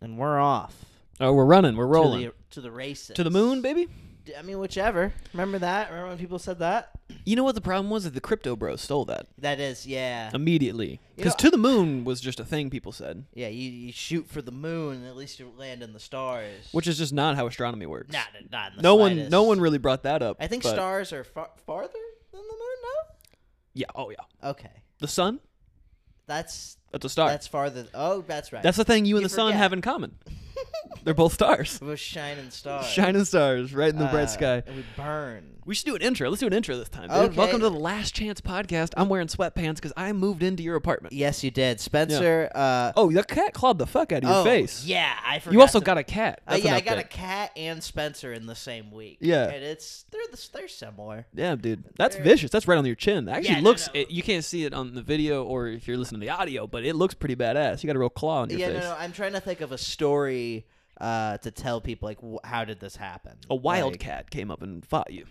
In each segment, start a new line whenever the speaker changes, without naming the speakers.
and we're off
Oh, we're running. We're
to
rolling.
the to the races
to the moon, baby.
D- I mean, whichever. Remember that? Remember when people said that?
You know what the problem was? That the crypto bros stole that
That is, yeah,
immediately.
You
Because
know-
to the moon was just a thing people said,
yeah. You, you shoot for the moon, and at least you land in the stars.
which is just not how astronomy works.
not, not in the
no one,
slightest.
no one really brought that up.
I think
but-
stars are far, farther than the moon.
Yeah. Oh, yeah.
No. Okay,
The sun.
that's
That's a star.
that's farther. Oh, that's right.
That's the thing you and
You
the sun
forget.
have in common. They're both stars.
Those shining stars.
Shining stars right in the
Uh,
bright sky.
And we burn.
We should do an intro. Let's do an intro this time. dude.
Okay.
Welcome to the Last Chance podcast. I'm wearing sweatpants because I moved into your apartment.
Yes, you did, Spencer. Uh,
Oh, the cat clawed the fuck out of your
oh,
face.
Yeah, I forgot.
you also
to-
got a cat.
Uh,
That's an
yeah, I got a
update.
cat and Spencer in the same week.
Yeah.
and it's they're the, they're similar.
Yeah, dude, that's
There-
vicious. That's right on your chin. That actually
Yeah, no,
looks.
no.
It, you can't see it on the video or if you're listening to the audio, but it looks pretty badass. You got a real claw on your
yeah,
face.
no, no, I'm trying to think of a story uh, to tell people like wh- how did this happen?
A wild
Like,
cat came up and fought you.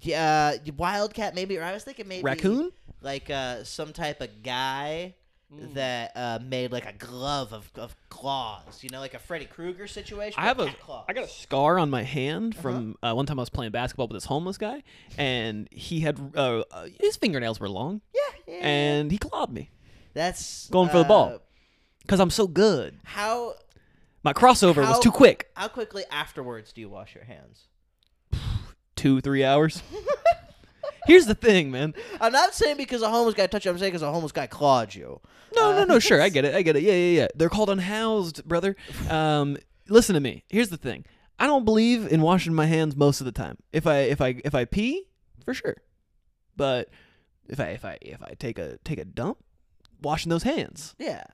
Yeah, uh, wildcat maybe. Or I was thinking maybe
Raccoon?
like uh, some type of guy.
Mm.
That uh, made like a glove of, of claws, you know, like a Freddy Krueger situation.
I
but
have a
cat Uh-huh. claws.
I got a scar on my hand from uh, one time I was playing basketball with this homeless guy, and he had uh, uh, his fingernails were long,
yeah, yeah.
and he clawed me
that's
going for the ball
uh,
because I'm so good.
How
My crossover was
How-
too quick.
How quickly afterwards do you wash your hands?
Two three hours. Here's the thing, man.
I'm not saying because a homeless guy touched you. I'm saying because a homeless guy clawed you.
No, no,
Uh,
no. Sure, I get it. I get it. Yeah, yeah, yeah. They're called unhoused, brother. Um, listen to me. Here's the thing. I don't believe in washing my hands most of the time. If I if I if I pee, for sure. But if I if I if I take a take a dump, washing those hands.
Yeah.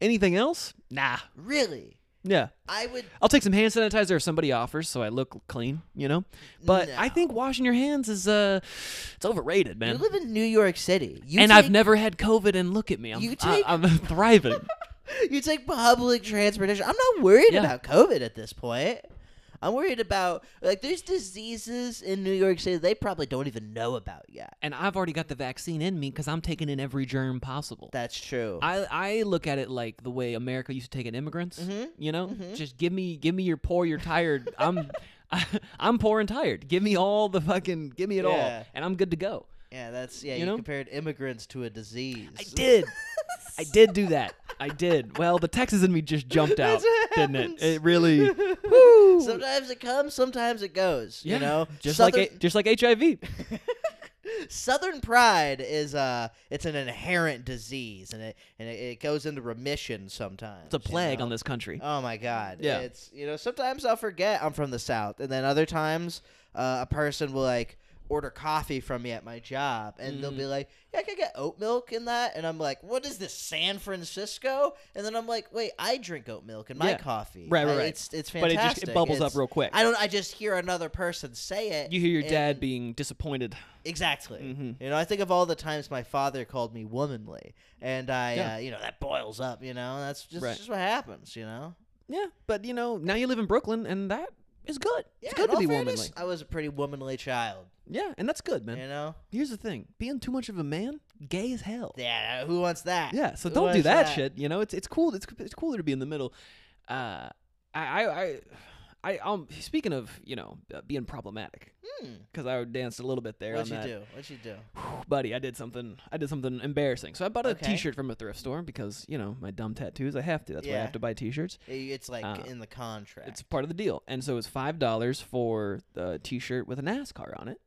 Anything else? Nah.
Really?
Yeah.
I would.
I'll take some hand sanitizer if somebody offers, so I look clean. You know. But I
No.
think washing your hands is uh, it's overrated, man.
You live in New York City. You
and
take,
I've never had COVID, and look at me. I'm,
You
I-
take-
I'm thriving.
You take public transportation. I'm not worried
Yeah.
about COVID at this point. I'm worried about like there's diseases in New York City they probably don't even know about yet.
and I've already got the vaccine in me because I'm taking in every germ possible.
That's true.
I, I look at it like the way America used to take in immigrants.
Mhm,
You know,
mhm.
just give me give me your poor, you're tired. I'm I, I'm poor and tired. Give me all the fucking give me it all,
Yeah.
and I'm good to go.
yeah, that's yeah.
you
You,
know?
compared immigrants to a disease.
I did, I did do that. I did. Well, the Texas in me just jumped out,
That's what
didn't it?
happens.
It really. woo.
Sometimes it comes, sometimes it goes.
Yeah,
you know,
just
Southern-
like it, just like HIV.
Southern pride is uh it's an inherent disease and it and it, it goes into remission sometimes.
It's a plague
you
on
know?
this country.
Oh my god.
Yeah.
It's you know, sometimes I'll forget I'm from the South and then other times uh, a person will like order coffee from me at my job and they'll
Mm.
be like, Yeah, I could get oat milk in that and I'm like, What is this, San Francisco? And then I'm like, Wait, I drink oat milk in my
Yeah.
coffee.
Right, right,
I-
right.
It's it's
But it
fantastic.
just it bubbles up
It's-
real quick.
I don't I just hear another person say it.
you hear your dad
and-
being disappointed.
Exactly.
Mhm.
You know, I think of all the times my father called me womanly, and I,
Yeah.
uh, you know, that boils up. You know, that's just,
Right.
just what happens. You know,
Yeah, but you know, now you live in Brooklyn, and that is good.
Yeah,
it's good
in
to
all
be
fairness,
womanly.
I was a pretty womanly child.
Yeah, and that's good, man.
You know,
Here's the thing: being too much of a man, gay as hell.
yeah. Who wants that?
Yeah, so
Who
don't do
wants
that, shit. You know, it's it's cool. It's it's cooler to be in the middle. Uh, I I. I I um speaking of you know uh, being problematic
Hmm.
because I danced a little bit there
What'd
on
you
that.
do? What'd you do?
Whew, buddy I did something I did something embarrassing so I bought a
Okay.
shirt from a thrift store because you know my dumb tattoos I have to that's why I
Yeah.
have to buy t-shirts
I- It's like
Uh,
in the contract.
It's part of the deal. And so it's five dollars for the T-shirt with a NASCAR on it.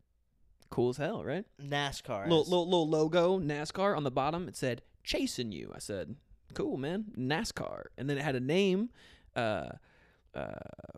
Cool as hell, right?
NASCAR.
Little,
is-
little little logo NASCAR on the bottom. It said "Chasing You." I said, "Cool, man, NASCAR." And then it had a name. Uh, uh,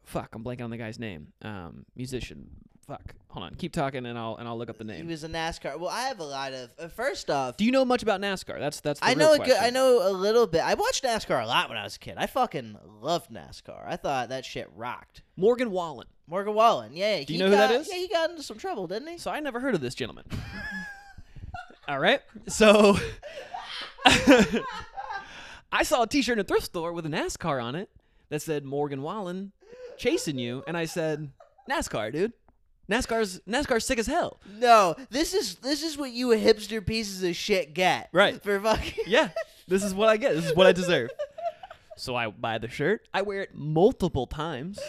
fuck, I'm blanking on the guy's name. Um, musician. Fuck. Hold on. Keep talking, and I'll and I'll look up the
He
name.
was a NASCAR. Well, I have a lot of. Uh, first off,
Do you know much about NASCAR? That's that's. The
I
real
know a good, I
question.
know a little bit. I watched NASCAR a lot when I was a kid. I fucking loved NASCAR. I thought that shit rocked.
Morgan Wallen.
Morgan Wallen. Yeah,
Do
he
you know who that
got-
is?
Yeah, he got into some trouble, didn't he?
So I never heard of this gentleman. All right. So I saw a t-shirt in a thrift store with a NASCAR on it that said Morgan Wallen chasing you and I said NASCAR, dude. NASCAR's NASCAR's sick as hell.
No, this is this is what you hipster pieces of shit get.
Right.
For fucking
Yeah. This is what I get. This is what I deserve. So I buy the shirt. I wear it multiple times.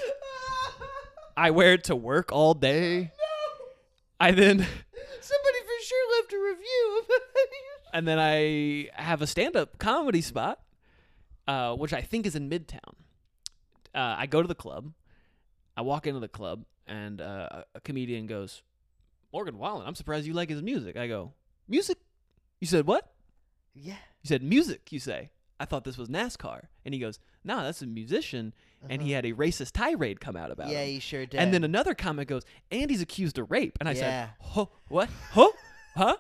I wear it to work all day. I then
Somebody for sure left a review.
and then I have a stand-up comedy spot, uh, which I think is in Midtown. Uh, I go to the club. I walk into the club, and uh, a- a comedian goes, "Morgan Wallen, I'm surprised you like his music." I go, "Music?" You said what?
yeah.
You said music. You say. I thought this was NASCAR, and he goes, "Nah, that's a musician." And he had a racist tirade come out about
Yeah,
him.
you sure did.
And then another comment goes, "Andy's accused of rape," and I said,
Yeah.
"Ho, what? Ho, huh?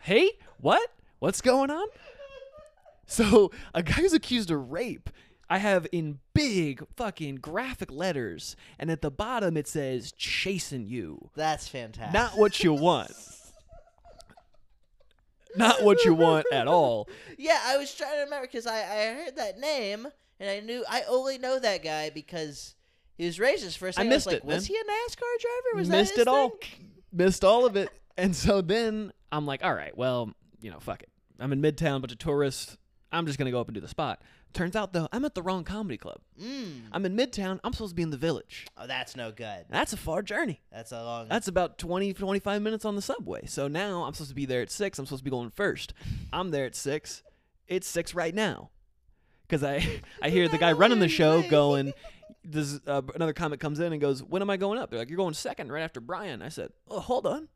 Hey, what? What's going on?" So a guy who's accused of rape, I have in big fucking graphic letters, and at the bottom it says, "Chasing you,
That's fantastic.
not what you want." Not what you want at all.
yeah, I was trying to remember because I, I heard that name and I knew I only know that guy because he was racist. First,
I
thing
missed
was like,
it,
Was he
man.
a NASCAR driver? Was
missed
that his
it all.
thing?"
Missed all of it. And so then I'm like, all right, well, you know, fuck it. I'm in Midtown, bunch of tourists. I'm just gonna go up and do the spot. Turns out though, I'm at the wrong comedy club.
Mm.
I'm in Midtown. I'm supposed to be in the Village.
Oh, that's no good.
That's a far journey.
That's a long.
That's about 20, 25 minutes on the subway. So now I'm supposed to be there at six. I'm supposed to be going first. I'm there at six. It's six right now. Cause I I hear the guy running the show going. This uh, another comic comes in and goes, "When am I going up?" They're like, "You're going second, right after Brian." I said, "Oh, hold on,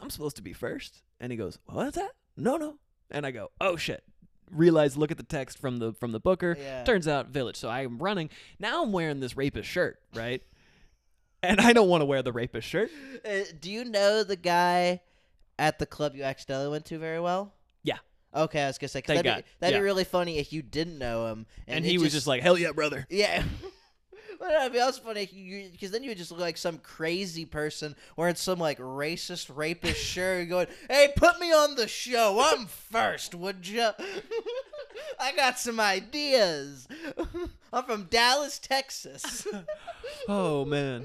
I'm supposed to be first. And he goes, "What's that? No, no." And I go, "Oh shit." Realize, look at the text from the from the booker.
Yeah.
Turns out Village. So I'm running. Now I'm wearing this rapist shirt, right? and I don't want to wear the rapist shirt.
Uh, do you know the guy at the club you accidentally went to very well?
Yeah.
Okay, I was gonna say 'cause
Thank
that'd, be,
God,
that'd
yeah.
be really funny if you didn't know him,
And,
it
he was just like, "Hell yeah, brother."
yeah. uh, Well, no, it'd be also funny because then you would just look like some crazy person wearing some like racist rapist shirt, going, "Hey, put me on the show. I'm first, would you? I got some ideas. I'm from Dallas, Texas."
Oh man.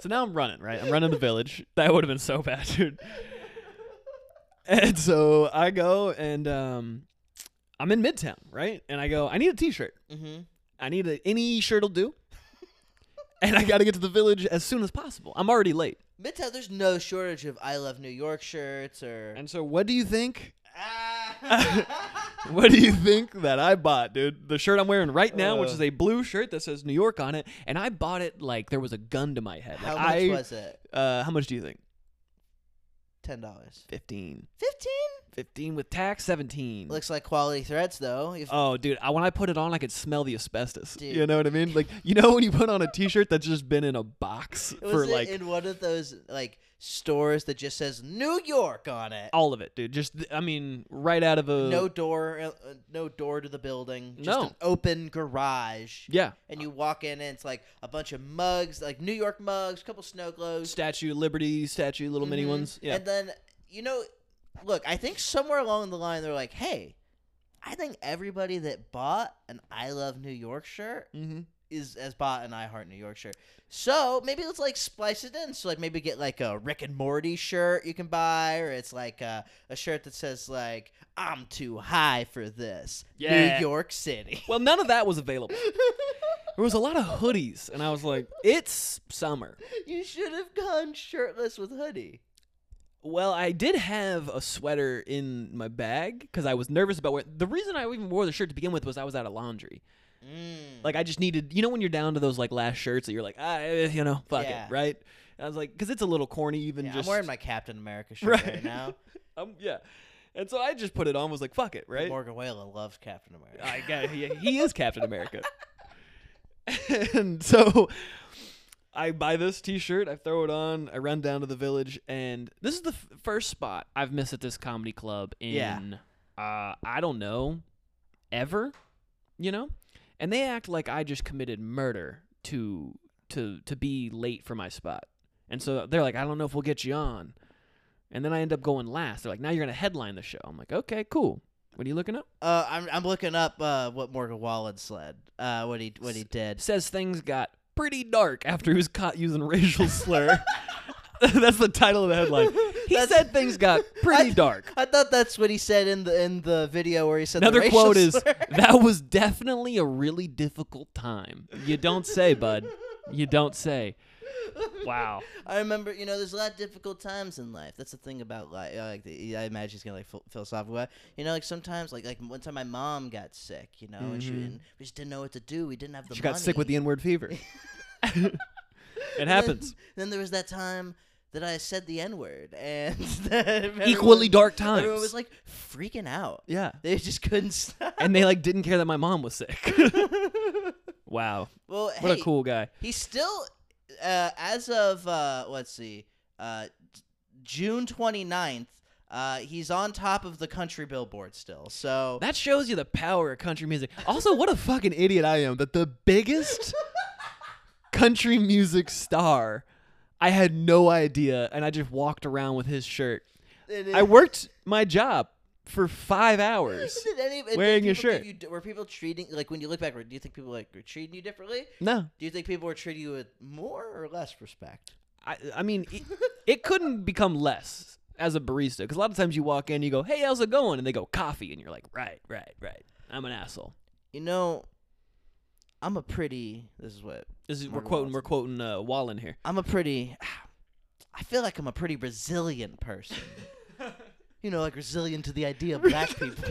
So now I'm running, right? I'm running the village. That would have been so bad, dude. And so I go and um, I'm in Midtown, right? And I go, I need a T-shirt.
mm-hmm.
I need a, any shirt'll do. and I got to get to the village as soon as possible. I'm already late.
Midtown, there's no shortage of I love New York shirts or.
And so, what do you think?
Ah.
What do you think that I bought, dude? The shirt I'm wearing right now, which
Uh.
is a blue shirt that says New York on it, and I bought it like there was a gun to my head. Like
How much
I,
was it?
Uh, how much do you think?
Ten dollars.
15.
Fifteen.
15 with tax, 17.
Looks like quality threats though. If,
oh, dude, I, when I put it on, I could smell the asbestos.
Dude.
You know what I mean? Like, you know when you put on a t-shirt that's just been in a box
was
for
it
like
in one of those like stores that just says New York on it?
all of it, dude. Just th- I mean, right out of a
No door. uh, Uh, no door to the building. Just
No.
an open garage.
Yeah.
And you walk in and it's like a bunch of mugs, like New York mugs, couple snow globes,
Statue of Liberty, statue, little mini
Mhm.
ones. Yeah.
And then, you know, look, I think somewhere along the line they're like, hey, I think everybody that bought an I Love New York shirt
mm-hmm.
is has bought an I Heart New York shirt. So maybe let's like splice it in. So like maybe get like a Rick and Morty shirt you can buy, or it's like a, a shirt that says like I'm too high for this.
Yeah.
New York City.
Well, none of that was available. there was a lot of hoodies, and I was like, it's summer.
you should have gone shirtless with hoodie.
Well, I did have a sweater in my bag because I was nervous about wearing. The reason I even wore the shirt to begin with was I was out of laundry.
Mm.
Like I just needed, you know, when you're down to those like last shirts that you're like, ah, eh, you know, fuck
Yeah.
it, right? I was like, because it's a little corny, even
Yeah,
just.
I'm wearing my Captain America shirt right,
Right.
now.
Um, yeah, and so I just put it on. Was like, fuck it, right?
Morgan Whalen loves Captain America.
I got he, he is Captain America. and so I buy this T-shirt, I throw it on, I run down to the village, and this is the f- first spot I've missed at this comedy club in
Yeah.
uh, I don't know ever, you know, and they act like I just committed murder to to to be late for my spot, and so they're like, I don't know if we'll get you on, and then I end up going last. They're like, now you're gonna headline the show. I'm like, okay, cool. What are you looking up?
Uh, I'm I'm looking up uh, what Morgan Wallen said. Uh, what he what he did.
says things got pretty dark after he was caught using racial slur. That's the title of the headline. He
That's-
said things got pretty dark.
I thought that's what he said in the in the video where he said the
Another
racial
quote is
slur.
that was definitely a really difficult time. You don't say, bud. You don't say. Wow.
I remember, you know, there's a lot of difficult times in life. That's the thing about life. Like, the, I imagine he's gonna like phil- philosophical. about it. You know, like sometimes, like like one time my mom got sick. You know, and she didn't, we just didn't know what to do. We didn't have the.
Mm-hmm. She got sick with the
money.
N-word fever. it
And
happens.
Then, then there was that time that I said the N word, and
Equally
everyone-
dark
Everyone
times.
was like freaking out.
yeah.
They just couldn't stop.
And they like didn't care that my mom was sick. wow.
well,
What
hey,
a cool guy.
He's still, uh, as of uh, let's see, uh, j- June 29th, uh, he's on top of the country billboard still. So
That shows you the power of country music. Also, what a fucking idiot I am that the biggest country music star I had no idea and I just walked around with his shirt.
it is-
I worked my job for 5 hours.
Did any- did people
wearing a
give
shirt.
you- were people treating like when you look back? Do you think people like were treating you differently?
No.
Do you think people were treating you with more or less respect?
I, I mean, it, it couldn't become less as a barista because a lot of times you walk in, you go, "Hey, how's it going?" and they go, "Coffee," and you're like, "Right, right, right." I'm an asshole.
You know, I'm a pretty. This is what
This is, we're
Morgan
quoting, we're quoting uh, Wallen here.
I'm a pretty. I feel like I'm a pretty resilient person. you know, like resilient to the idea of black people.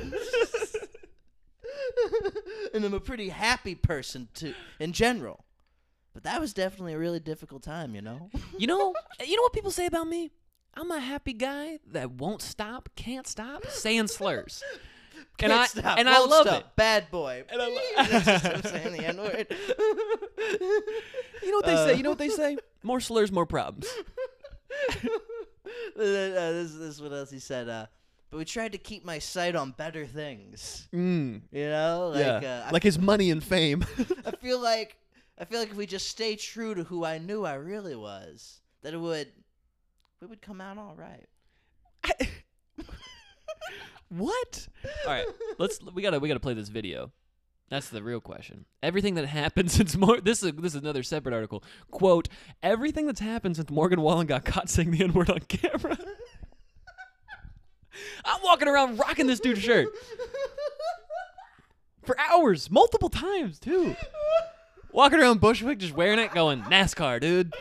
and I'm a pretty happy person too, in general. But that was definitely a really difficult time, you know.
You know, you know what people say about me? I'm a happy guy that won't stop, can't stop saying slurs. and
Can't
I
stop,
and I
won't
love
stop,
it.
Bad boy.
And I lo-
That's just him saying the N word.
You know what they say?
Uh,
You know what they say? More slurs, more problems.
Uh, this, this is what else he said. Uh, but we tried to keep my sight on better things.
Mm,
You know, like uh, I
like his money and fame.
I feel like I feel like if we just stay true to who I knew I really was, that it would we would come out all right.
What? All right, let's we gotta we gotta play this video. That's the real question. Everything that happened since Mor- this is this is another separate article. Quote: Everything that's happened since Morgan Wallen got caught saying the N word on camera. I'm walking around rocking this dude's shirt
Oh
for hours, multiple times too. Walking around Bushwick just wearing it, going NASCAR, dude.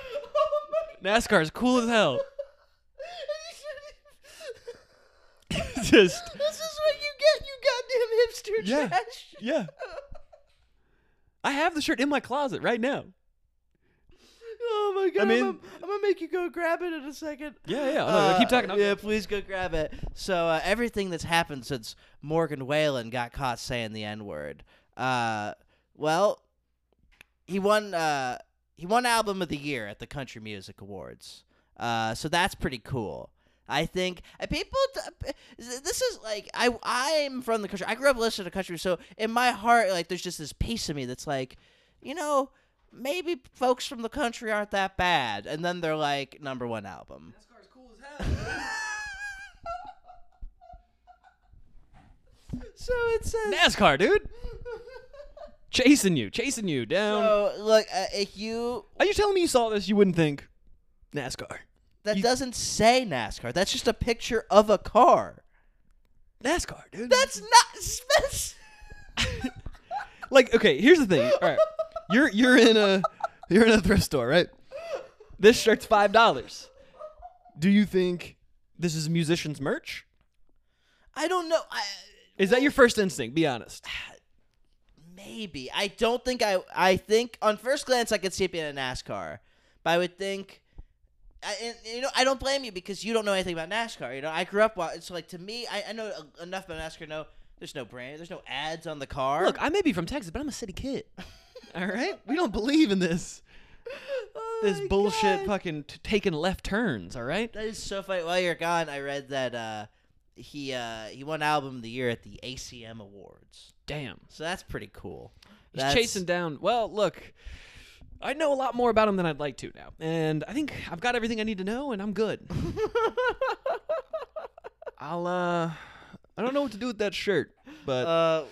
NASCAR is cool as hell. just
This is what you get, you goddamn hipster
Yeah.
trash.
yeah. I have the shirt in my closet right now.
Oh my god! I
mean-
am gonna make you go grab it in a second.
Yeah, yeah, Oh, no, no, keep talking, I'm-
Uh, yeah, please go grab it. So uh, everything that's happened since Morgan Whalen got caught saying the N word. Uh, well, he won. Uh, he won album of the year at the Country Music Awards. Uh, so that's pretty cool. I think uh, people. T- this is like I. I'm from the country. I grew up listening to country, so in my heart, like there's just this piece of me that's like, you know, maybe folks from the country aren't that bad, and then they're like number one album.
NASCAR is cool as hell.
So it says.
NASCAR, dude. Chasing you, chasing you down.
So look, uh, if you
Are you telling me you saw this? You wouldn't think NASCAR.
that
You-
doesn't say NASCAR. That's just a picture of a car.
NASCAR, dude.
That's not. That's,
like okay. Here's the thing. All right, you're you're in a you're in a thrift store, right? This shirt's five dollars. Do you think this is musician's merch?
I don't know. I,
Is that your first instinct? Be honest.
maybe I don't think I. I think on first glance I could see it being a NASCAR, but I would think. I, and, you know, I don't blame you because you don't know anything about NASCAR. You know, I grew up. wa- So, like to me, I, I know a- enough about NASCAR. to know there's no brand. There's no ads on the car.
Look, I may be from Texas, but I'm a city kid. All right, we don't believe in this this bullshit fucking t- taking left turns. All right.
That is so funny. While you're gone, I read that uh, he uh, he won album of the year at the ACM Awards.
Damn.
So that's pretty cool.
He's
That's-
chasing down. Well, look, I know a lot more about him than I'd like to now, and I think I've got everything I need to know, and I'm good. I'll uh, I don't know what to do with that shirt, but
Uh,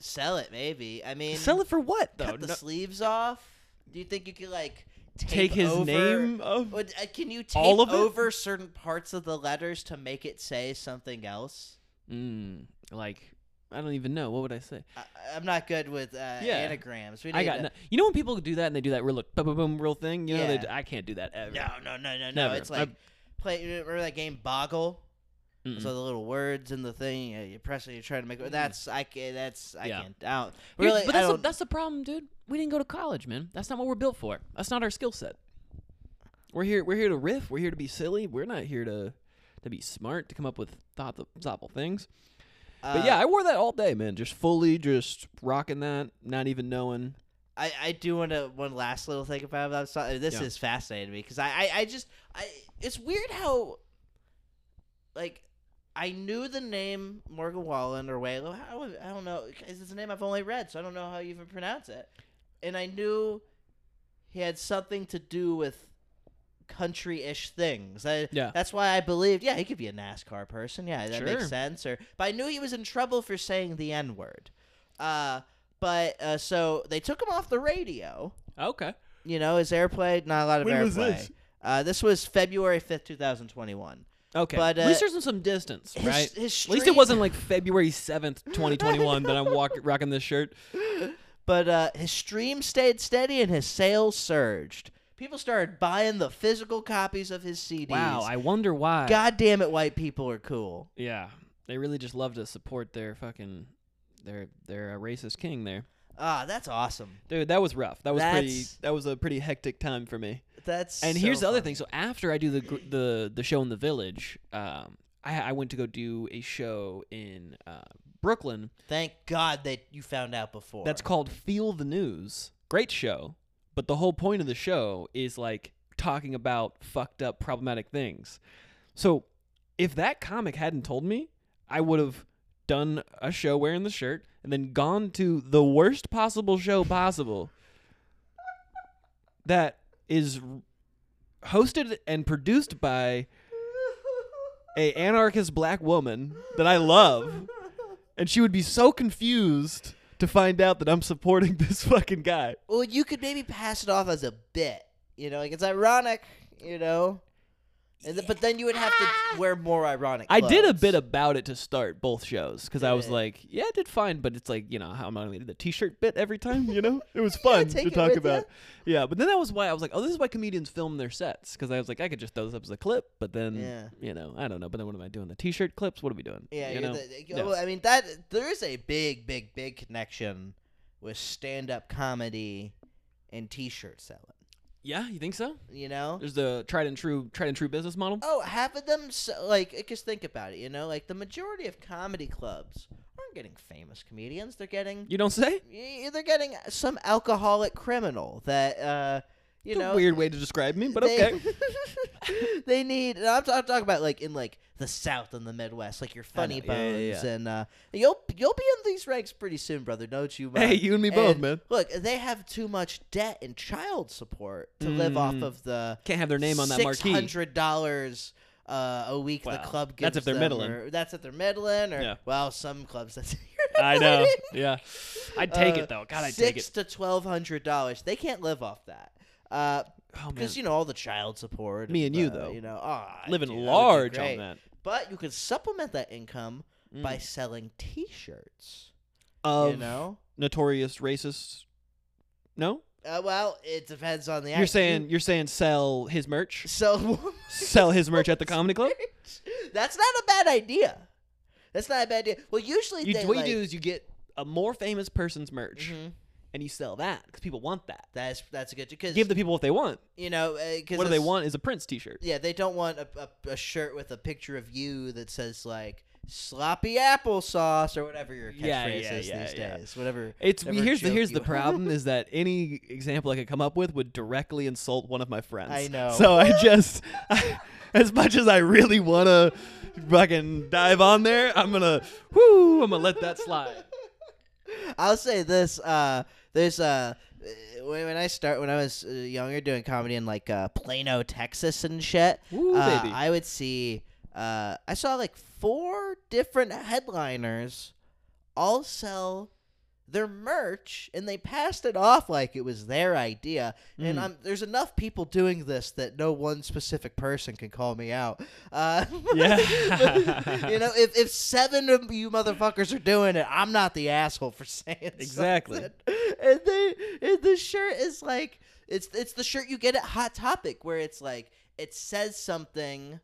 sell it, maybe. I mean,
sell it for what though?
cut the
No-
sleeves off. Do you think you could like tape
Take his
over-
name off.
Would- uh, Can you tape
All of it?
over certain parts of the letters to make it say something else?
Mm, like I don't even know what would I say.
I, I'm not good with uh,
Yeah.
anagrams. We need
I got
to-
no- you know when people do that and they do that real look boom boom real thing. You know they
Yeah.
d- I can't do that ever.
no, no, no, no, no.
Never.
It's
I-
like play. Remember that game Boggle?
Mm-mm.
So the little words in the thing uh, you press it, you're trying to make. That's I can. That's I
Yeah.
can't. out.
Here's-
Really,
but
I
that's, the
don't.
that's the problem, dude. We didn't go to college, man. That's not what we're built for. That's not our skill set. We're here. We're here to riff. We're here to be silly. We're not here to to be smart to come up with thought thoughtful things. But
uh,
yeah, I wore that all day, man. Just fully, just rocking that, not even knowing.
I, I do want to one last little thing about that. So, this
Yeah.
is fascinating to me because I, I, I just I it's weird how like I knew the name Morgan Wallen or Waylo. How I don't know 'cause it's a name I've only read, so I don't know how you even pronounce it. And I knew he had something to do with country-ish things. I,
Yeah.
that's why I believed. Yeah, he could be a NASCAR person. Yeah, that
Sure.
makes sense. Or but I knew he was in trouble for saying the N-word. Uh, but uh, so they took him off the radio.
Okay.
You know, his airplay, not a lot of
When
airplay.
was this?
Uh, this was February fifth, two thousand twenty-one.
Okay.
But,
at least
uh,
there's some distance,
his-
right?
his
at least
street-
it wasn't like February seventh, twenty twenty one, that I'm walk- rocking this shirt.
But uh, his stream stayed steady and his sales surged. People started buying the physical copies of his CDs.
Wow. I wonder why.
God damn it, white people are cool.
Yeah, they really just love to support their fucking their their uh, racist king there.
Ah, that's awesome.
Dude, that was rough. That was pretty.
That's-
That was a pretty hectic time for me.
That's
And
so
here's the other thing.
funny.
So after I do the gr- the the show in the village, um, I, I went to go do a show in uh, Brooklyn.
Thank God that you found out before.
That's called Feel the News. Great show, but the whole point of the show is like talking about fucked up problematic things. So if that comic hadn't told me, I would have done a show wearing the shirt and then gone to the worst possible show possible that is r- hosted and produced by a anarchist black woman that I love and she would be so confused to find out that I'm supporting this fucking guy.
Well, you could maybe pass it off as a bit. You know, like it's ironic. You know, and th- but then you would have to wear more ironic.
I did a
clothes.
bit about it to start both shows because I was
Yeah.
like, yeah, I did fine, but it's like, you know, how am I going to do the t shirt bit every time? You know, it was
gotta
fun
take
to
it
talk
with
about. Yeah, but then that was why I was like, oh, this is why comedians film their sets because I was like, I could just throw this up as a clip, but then,
Yeah.
you know, I don't know. But then what am I doing? The t shirt clips? What are we doing?
Yeah,
you
you're
know?
the- oh, uh,
Yeah.
well, I mean that there is a big, big, big connection with stand-up comedy and T-shirt selling.
yeah, you think so?
You know,
There's the tried and true, tried and true business model.
oh, half of them s like just think about it. You know, like the majority of comedy clubs aren't getting famous comedians; they're getting
You don't say?
y- they're getting some alcoholic criminal that uh, you
It's a
know
weird way to describe me, but
they,
okay.
they need. and I'm, I'm talking about like in like the South and the Midwest, like your funny
know, yeah, yeah,
bones,
yeah.
and uh, you'll you'll be in these ranks pretty soon, brother. Don't you?
Hey,
mind.
you and me both,
And,
man.
Look, they have too much debt and child support to live off
Mm.
of the
Can't have their name on that
six
marquee.
hundred dollars. Uh, a week
Well,
the club gives
that's if they're
them,
middling.
or- that's if they're middling, or
Yeah.
well, some clubs that's.
I know. Yeah. I'd take
Uh,
it though. God, I'd
six
take it.
to twelve hundred dollars. They can't live off that. Uh,
Oh man.
because you know all the child support.
Me and you,
the,
though.
You know, ah,
Living
dude, that would be
large
great.
on that.
But you could supplement that income by
Mm.
selling T-shirts.
Of
you know,
notorious racists. No?
uh, well, it depends on the.
You're
act.
saying you're saying sell his merch?
so.
sell his merch at the comedy club?
That's not a bad idea. That's not a bad idea. Well, usually
You,
they
what
like,
you do is you get a more famous person's merch
Mhm.
and you sell that because people want that.
That's that's a good because
Give the people what they want.
you know uh, because
What do they want is a Prince T-shirt.
Yeah, they don't want a, a, a shirt with a picture of you that says like sloppy applesauce or whatever your catchphrase
Yeah, yeah,
is
yeah,
these
yeah.
days. Whatever.
It's
whatever
here's the
joke
here's
you-
the problem is that any example I could come up with would directly insult one of my friends.
I know.
So I just, I, as much as I really wanna fucking dive on there, I'm gonna, whoo, I'm gonna let that slide.
I'll say this. Uh, there's uh, when, when I start when I was uh, younger doing comedy in like uh, Plano, Texas, and shit.
Ooh,
uh,
baby.
I would see. Uh, I saw like four different headliners all sell their merch and they passed it off like it was their idea. And
Mm.
I'm, there's enough people doing this that no one specific person can call me out. Uh,
Yeah.
you know, if, if seven of you motherfuckers are doing it, I'm not the asshole for saying
Exactly.
something. And they and the shirt is like it's it's the shirt you get at Hot Topic where it's like it says something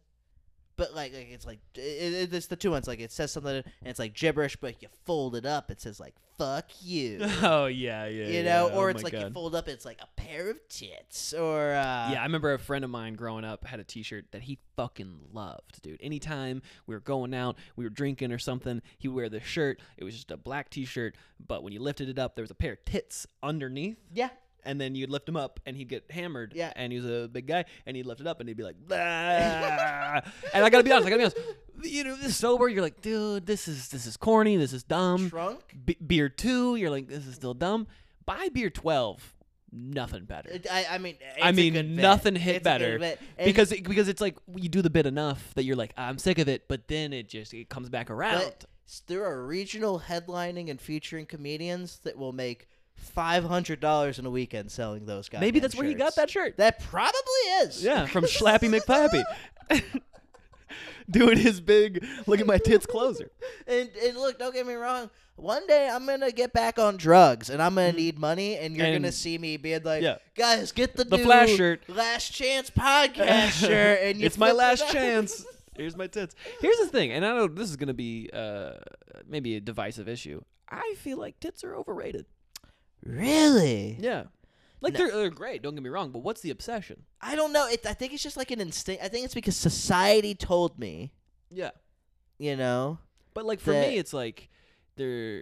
but like, like it's like it, it- it's the two ones like it says something and it's like gibberish but you fold it up it says like fuck you
Oh yeah, yeah.
you know
yeah.
or
Oh
it's
my
like you
God.
fold up it's like a pair of tits or uh
yeah, I remember a friend of mine growing up had a T-shirt that he fucking loved, dude. Anytime we were going out, we were drinking or something, he would wear this shirt. It was just a black T-shirt, but when you lifted it up, there was a pair of tits underneath,
yeah
and then you'd lift him up, and he'd get hammered.
Yeah.
and he was a big guy, and he'd lift it up, and he'd be like, "Blah." and I gotta be honest, I gotta be honest. You know, this sober, you're like, dude, this is this is corny, this is dumb.
trunk
Be- beer two, you're like, this is still dumb. Buy beer twelve, nothing better
I, I mean it's
I
a
mean,
good bit.
nothing hit
It's a
better
good bit. And-
because it, because it's like you do the bit enough that you're like I'm sick of it, but then it just it comes back around.
But s- there are regional headlining and featuring comedians that will make five hundred dollars in a weekend selling those guys.
Maybe that's where he got that shirt.
That probably is.
yeah, from Slappy McFlappy, doing his big look at my tits closer.
And and look, don't get me wrong. One day I'm gonna get back on drugs, and I'm gonna need money, and you're
Mm-hmm. And-
gonna see me being like,
Yeah.
"Guys, get the
The
new
Flash shirt."
last chance podcast shirt." And you
it's my
flip it
last
up.
chance. Here's my tits. Here's the thing, and I know this is gonna be uh, maybe a divisive issue. I feel like tits are overrated.
Really?
Yeah, like
No.
they're they're great. Don't get me wrong, but what's the obsession?
I don't know. It, I think it's just like an instinct. I think it's because society told me.
Yeah,
You know.
But like for
that-
me, it's like they're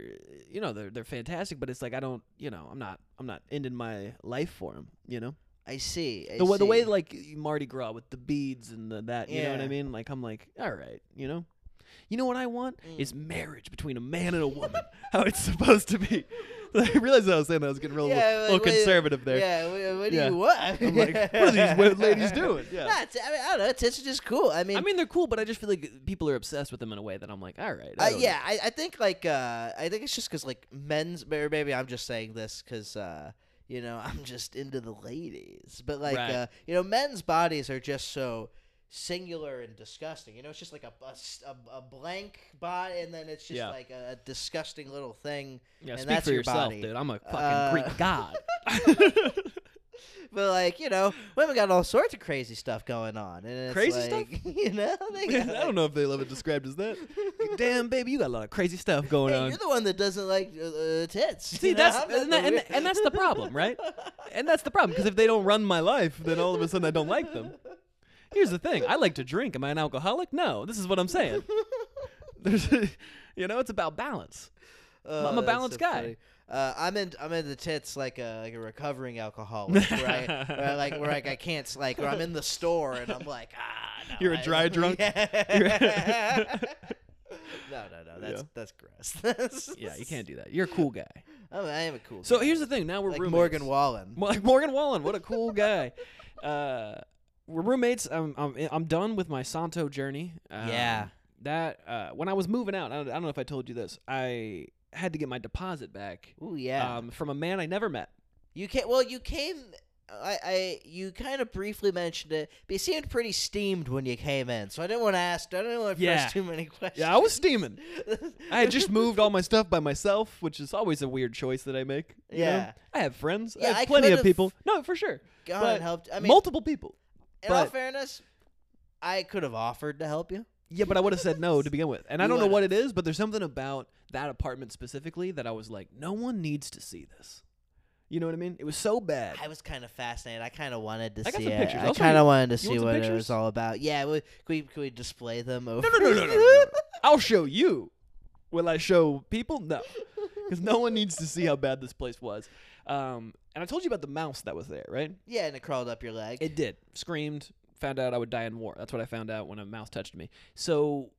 you know they're they're fantastic, but it's like I don't you know I'm not I'm not ending my life for them. You know
I see. I
the way the way
see.
like Mardi Gras with the beads and the, that you know what I
Yeah.
mean. Like I'm like all right, you know. You know what I want is
Mm.
marriage between a man and a woman, how it's supposed to be. I realized I was saying that I was getting real
Yeah,
little,
like,
little
what-
conservative there.
Yeah, what, what do
Yeah.
you want?
I'm like, what are these wo- ladies doing? Yeah.
Nah, it's- I, mean, I don't know. It's, it's just cool. I mean,
I mean, they're cool, but I just feel like people are obsessed with them in a way that I'm like, all right. I
uh,
don't know."
yeah, I, I think like uh, I think it's just because like men's, or maybe I'm just saying this because uh, you know I'm just into the ladies, but like
Right.
uh, you know, men's bodies are just so singular and disgusting. You know, it's just like a a s- a- a blank body, and then it's just
Yeah.
like a, a disgusting little thing.
Yeah,
and
speak
that's
for
your
yourself,
body.
dude. I'm a fucking
Uh,
Greek god.
But like you know, women got all sorts of crazy stuff going on, and it's
Crazy
like,
stuff?
You know, they got,
I don't know if they love it described as that. Damn, baby, you got a lot of crazy stuff going
Hey,
on.
you're the one that doesn't like uh, uh, tits.
See,
you know?
that's
I'm not
and,
the
that, and,
weird-
and that's the problem, right? And that's the problem because if they don't run my life, then all of a sudden I don't like them. Here's the thing: I like to drink. Am I an alcoholic? No. This is what I'm saying. There's, you know, it's about balance.
Oh,
a
that's
balanced guy.
funny. Uh, I'm in. I'm in the tits like a like a recovering alcoholic, where I, where I like where like I can't s- like where I'm in the store and I'm like ah. No,
You're a
I-
dry drunk?
Yeah. no, no, no. That's
Yeah.
that's gross. That's-
Yeah, you can't do that. You're a cool guy.
I'm, I am a cool.
So
guy.
here's the thing: now we're
like
roommates.
Morgan Wallen.
Mo- like Morgan Wallen. What a cool guy. Uh, we're roommates. I'm, I'm I'm done with my Santo journey. Um,
Yeah.
That uh, when I was moving out, I don't, I don't know if I told you this. I had to get my deposit back
Ooh yeah.
um, from a man I never met.
You came well. You came. I, I you kind of briefly mentioned it, but you seemed pretty steamed when you came in, so I didn't want to ask. I didn't want to
Yeah.
press too many questions.
Yeah, I was steaming. I had just moved all my stuff by myself, which is always a weird choice that I make. you know?
Yeah.
I have friends.
Yeah,
I have
I
plenty of
could've-
people. No, for sure.
gone
but
and helped. I mean,
Multiple people.
in all
but-
fairness, I could have offered to help you.
Yeah, but I would have said no to begin with. And I
You
don't know
would've.
what it is, but there's something about that apartment specifically that I was like, no one needs to see this. You know what I mean? It was so bad.
I was kind of fascinated. I kind of wanted to
I got
see
some
it.
pictures.
I
I'll show
kind
you.
of wanted to
want
see
some
what it
pictures?
was all about. Yeah, we, can we can we display them over?
No, no, no, no, no, no, no. I'll show you. Will I show people? No. Because no one needs to see how bad this place was. Um, and I told you about the mouse that was there, right?
yeah, and it crawled up your leg.
It did. Screamed. Found out I would die in war. That's what I found out when a mouse touched me. So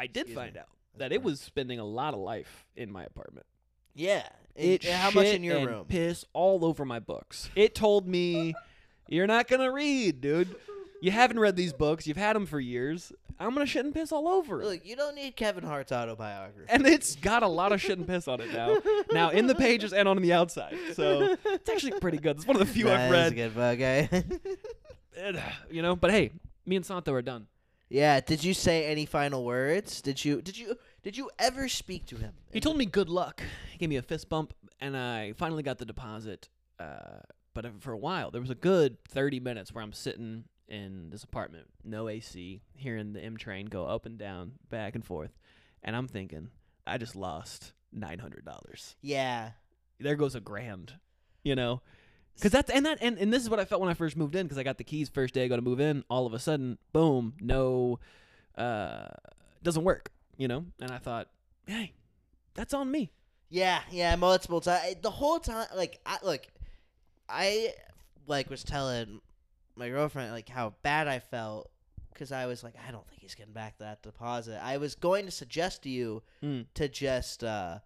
I did
Excuse
find
me.
out
That's
that it
gross.
was spending a lot of life in my apartment.
yeah. And-
It
and how much
shit
in your
and
room?
Piss all over my books. It told me, "You're not gonna read, dude." You haven't read these books. You've had them for years. I'm gonna shit and piss all over. it.
Look, you don't need Kevin Hart's autobiography.
and it's got a lot of shit and piss on it now. Now in the pages and on the outside, so it's actually pretty good. It's one of the few I've
That is a
read.
good book. eh?
And, you know, but hey, me and Santo are done.
yeah. Did you say any final words? Did you? Did you? Did you ever speak to him?
He told me good luck. He gave me a fist bump, and I finally got the deposit. Uh, but for a while, there was a good 30 minutes where I'm sitting in this apartment, no AC, hearing the M train go up and down, back and forth. And I'm thinking, I just lost $900.
Yeah.
There goes a grand, you know? Cause that's and that and, and this is what I felt when I first moved in. Cause I got the keys first day I go to move in. All of a sudden, boom, no, uh, doesn't work. You know, and I thought, hey, that's on me.
Yeah, yeah, multiple times. The whole time, like, I look, I like was telling my girlfriend like how bad I felt because I was like, I don't think he's getting back that deposit. I was going to suggest to you
Mm.
to just uh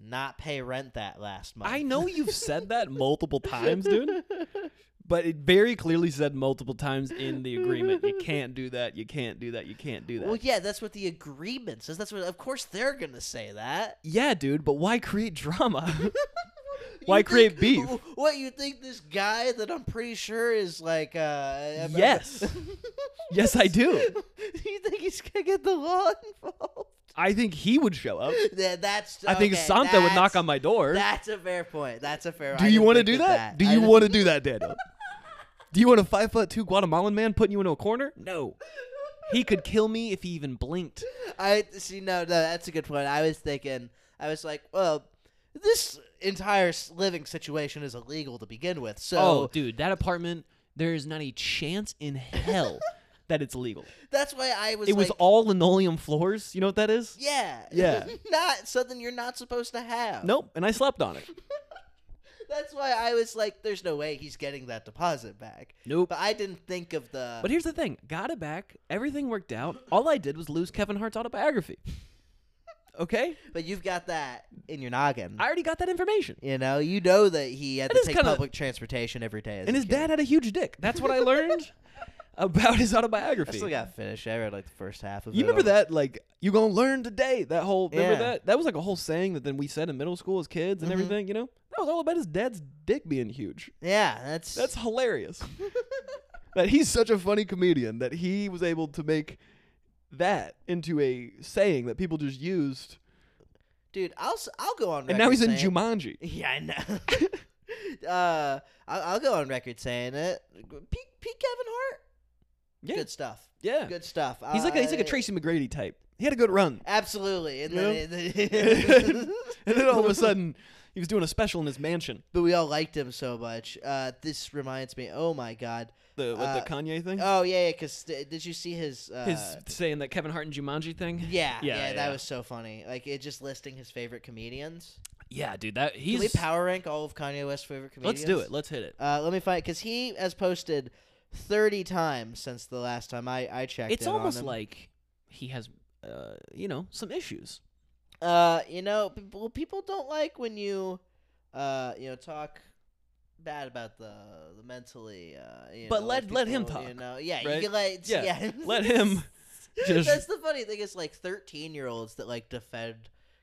not pay rent that last month.
I know you've said that multiple times, dude. But it very clearly said multiple times in the agreement, you can't do that, you can't do that, you can't do that.
Well, yeah, that's what the agreement says. That's what, of course, they're gonna say that.
yeah, dude, but why create drama?
You
Why create
think-
beef?
wh- What you think this guy that I'm pretty sure is like? uh
Yes. yes, I do.
you think he's gonna get the law involved?
I think he would show up.
Yeah, that's.
I think
okay,
Santa would knock
that's-
on my door.
That's a fair point. That's a fair.
do
I
you
didn't
want to
think
do
of
that? Do
I
you
didn't-
want to do that, Daniel? do you want a five foot two Guatemalan man putting you into a corner? No. He could kill me if he even blinked.
I see. No, no, that's a good point. I was thinking. I was like, well, this entire s- living situation is illegal to begin with. So
Oh, dude, that apartment, there is not a chance in hell that it's legal.
that's why I was.
it was
like,
all linoleum floors. You know what that is?
Yeah.
Yeah.
not something you're not supposed to have.
Nope. And I slept on it.
That's why I was like, there's no way he's getting that deposit back.
Nope.
But I didn't think of the.
But here's the thing got it back. Everything worked out. All I did was lose Kevin Hart's autobiography. Okay?
But you've got that in your noggin.
I already got that information.
You know, you know that he had
That
to
is
take
kinda-
public transportation every day. As
And
a
his
kid.
dad had a huge dick. That's what I learned about his
I
autobiography.
still got finished. I read like the first half of it.
you remember
on-
that? Like, you gonna learn today. That whole, remember
Yeah.
that? That was like a whole saying that then we said in middle school as kids and
Mhm.
everything, you know? That was all about his dad's dick being huge.
Yeah, that's
That's hilarious. that he's such a funny comedian that he was able to make that into a saying that people just used.
dude. I'll s- I'll go on. Record
And now he's in
saying,
Jumanji.
Yeah, I know. uh, I'll, I'll go on record saying it. Pete, Pete Kevin Hart.
Yeah.
Good stuff.
Yeah.
Good stuff.
He's like a, he's like a
I-
Tracy McGrady type. He had a good run.
Absolutely. And
You know?
then,
and then all of a sudden he was doing a special in his mansion.
but we all liked him so much. Uh, this reminds me. Oh my god.
The with
Uh,
the Kanye thing.
Oh yeah, yeah. Because did you see his uh,
his saying that Kevin Hart and Jumanji thing.
Yeah, yeah,
yeah.
that was so funny. Like it just listing his favorite comedians.
Yeah, dude, that he's
Can we power rank all of Kanye West's favorite comedians?
Let's do it. Let's hit it.
Uh, let me find because he has posted thirty times since the last time I I checked.
It's
in on
almost
him.
like he has uh, you know, some issues.
uh, you know, people people don't like when you, uh, you know, talk bad about the the mentally. Uh, you
But
know,
let-
like
let him
people, You
talk,
know, yeah,
right?
you can let
Yeah,
yeah,
let him just-
That's the funny thing. It's like thirteen year olds that like defend.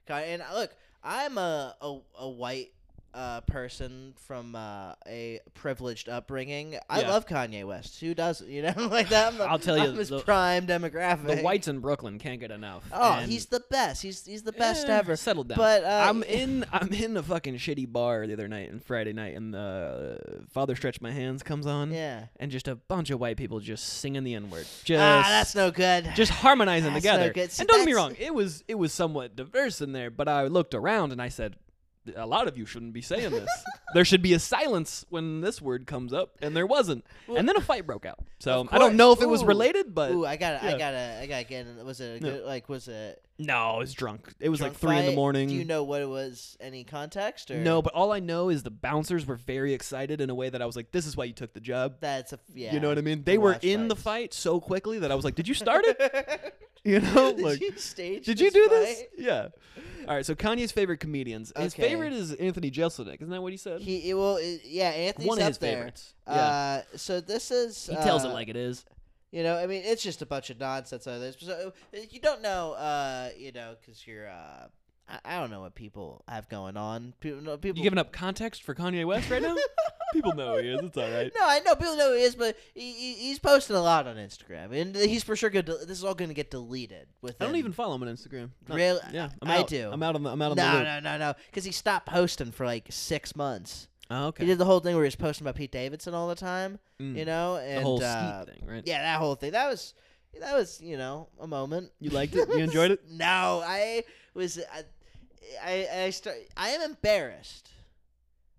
Kanye. And uh, look, I'm a a, a white. Uh, person from uh, a privileged upbringing. I
Yeah.
love Kanye West. Who doesn't? You know, like that. I'm the-
I'll tell you,
I'm his
the-
prime demographic.
The whites in Brooklyn can't get enough.
Oh,
and-
he's the best. He's he's the best
Eh,
ever.
Settle down.
But uh,
I'm in I'm in a fucking shitty bar the other night and Friday night and the uh, Father Stretch My Hands comes on
Yeah.
and just a bunch of white people just singing the N word. Just
ah, that's no good.
just harmonizing
That's
together.
no good. See,
and don't get me
that's-
wrong, it was it was somewhat diverse in there, but I looked around and I said a lot of you shouldn't be saying this. there should be a silence when this word comes up, and there wasn't. and then a fight broke out. So
Of
I don't know if
course.
it was
Ooh.
related, but
Ooh, I gotta,
yeah.
I gotta, I gotta get. In. Was it a good, like? Was it?
no, it was drunk. It was like
drunk
three in the
fight?
morning.
Do you know what it was? Any context or
No, but all I know is the bouncers were very excited in a way that I was like, "This is why you took the job."
That's a yeah.
You know what I mean? They
I
were
watch
in the
fights.
fight so quickly that I was like, "Did you start it?"
did
You know, like,
you stage?
did you do this? Yeah. All right. So Kanye's favorite comedians. His
Okay.
favorite is Anthony Jeselnik. Isn't that what he said?
fight? He it, well, it, yeah. Anthony's
One of
up
his
there.
favorites.
Uh, so this is
he tells it
uh,
like it is.
You know, I mean, it's just a bunch of nonsense out of this. So uh, you don't know, uh, you know, because you're, uh, I, I don't know what people have going on. People, no, people
You giving up context for Kanye West right now? People know he is. It's all right.
No, I know people know who he is, but he, he, he's posting a lot on Instagram, and he's for sure going. to This is all going to get deleted. With
I don't even follow him on Instagram. Not-
Really?
Yeah, I'm
I
out.
do.
I'm out on the. I'm out on the
No,
loop.
no, no, no, because he stopped posting for like six months.
Oh, okay.
He did the whole thing where he was posting about Pete Davidson all the time.
Mm.
You know,
the
and
whole
uh,
skeet thing, right?
yeah, that whole thing. That was that was you know a moment.
You liked it? You enjoyed it?
no, I was I I, I start. I am embarrassed.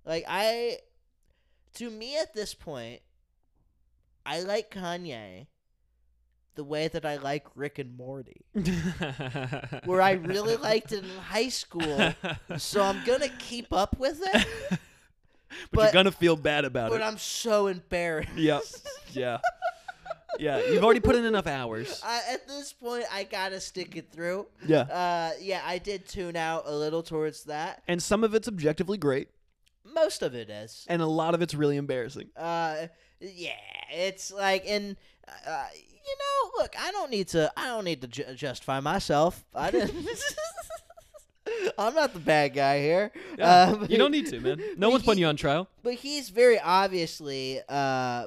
Like I, to me at this point, I like Kanye. The way that I like Rick and Morty, where I really liked it in high school, so I'm gonna keep up with it,
but, you're
but-
gonna feel bad about
but
it.
I'm so embarrassed.
Yep. yeah. Yeah. You've already put in enough hours.
I, at this point, I gotta stick it through.
Yeah.
Uh, yeah, I did tune out a little towards that.
And some of it's objectively great,
Most of it is.
and a lot of it's really embarrassing.
Uh, yeah, it's like, and uh, you know, look, I don't need to. I don't need to ju- justify myself. I didn't. I'm not the bad guy here.
Yeah.
Uh,
you don't need to, man. No
but
one's putting
he-
you on trial.
But he's very obviously. Uh,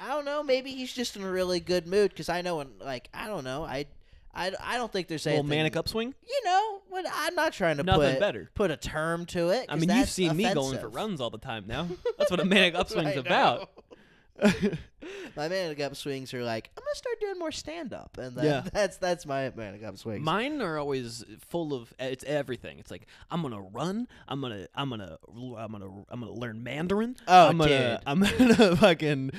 I don't know. Maybe he's just in a really good mood because I know when, like, I don't know. I, I, I don't think there's
Little
anything.
manic upswing.
You know, when I'm not trying to
Nothing
put
better.
put a term to it.
I
'cause
mean, you've
that's
seen me going for
offensive.
runs all the time now. That's what a manic upswing's
I
about.
know. my manic upswings are like I'm gonna start doing more stand up, and that,
Yeah.
that's that's my manic upswings.
Mine are always full of eh, it's everything. It's like I'm gonna run. I'm gonna I'm gonna I'm gonna I'm gonna learn Mandarin.
Oh,
I'm gonna
dude.
I'm gonna fucking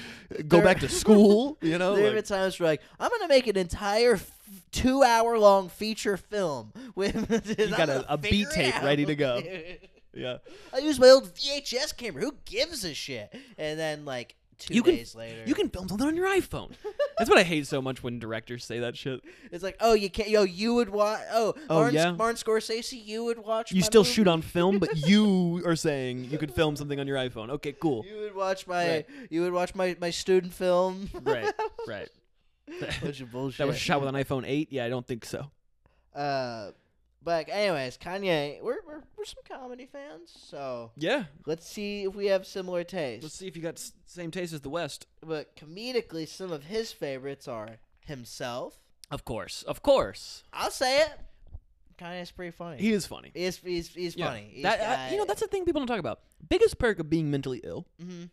go
There-
back to school. You know,
there have
oh, like-
been times where like I'm gonna make an entire f- two hour long feature film with you
got a- a beat tape ready to go. yeah.
I use my old VHS camera. Who gives a shit? And then like two
You can-
days later,
You can film something on your iPhone. That's what I hate so much when directors say that shit.
It's like, oh, you can't. Yo, you would watch. Oh,
Oh,
Martin,
yeah.
Martin Scorsese, you would watch.
You
my
still
movie?
shoot on film, but you are saying you could film something on your iPhone. Okay, cool.
You would watch my.
Right.
You would watch my my student film.
Right, right.
Bunch of bullshit.
That was shot with an iPhone 8. Yeah, I don't think so.
Uh, but anyways, Kanye, we're we're we're some comedy fans, so
Yeah.
let's see if we have similar
Let's
tastes.
see if you got s- same taste as the West.
But comedically, some of his favorites are himself.
Of course, of course.
I'll say it. Kanye's pretty funny.
He is funny.
he's he's he's
Yeah.
funny. He's
That, I-
got-
you know, that's the thing people don't talk about. Biggest perk of being mentally ill,
Mhm.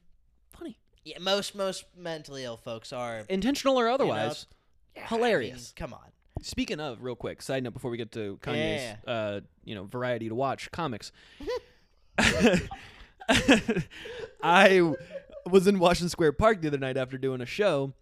funny,
yeah. Most most mentally ill folks are
intentional or otherwise.
Yeah, I mean,
Hilarious.
come on.
Speaking of, real quick, side note before we get to
Yeah,
Kanye's,
yeah,
uh, you know, variety to watch comics. I w- was in Washington Square Park the other night after doing a show,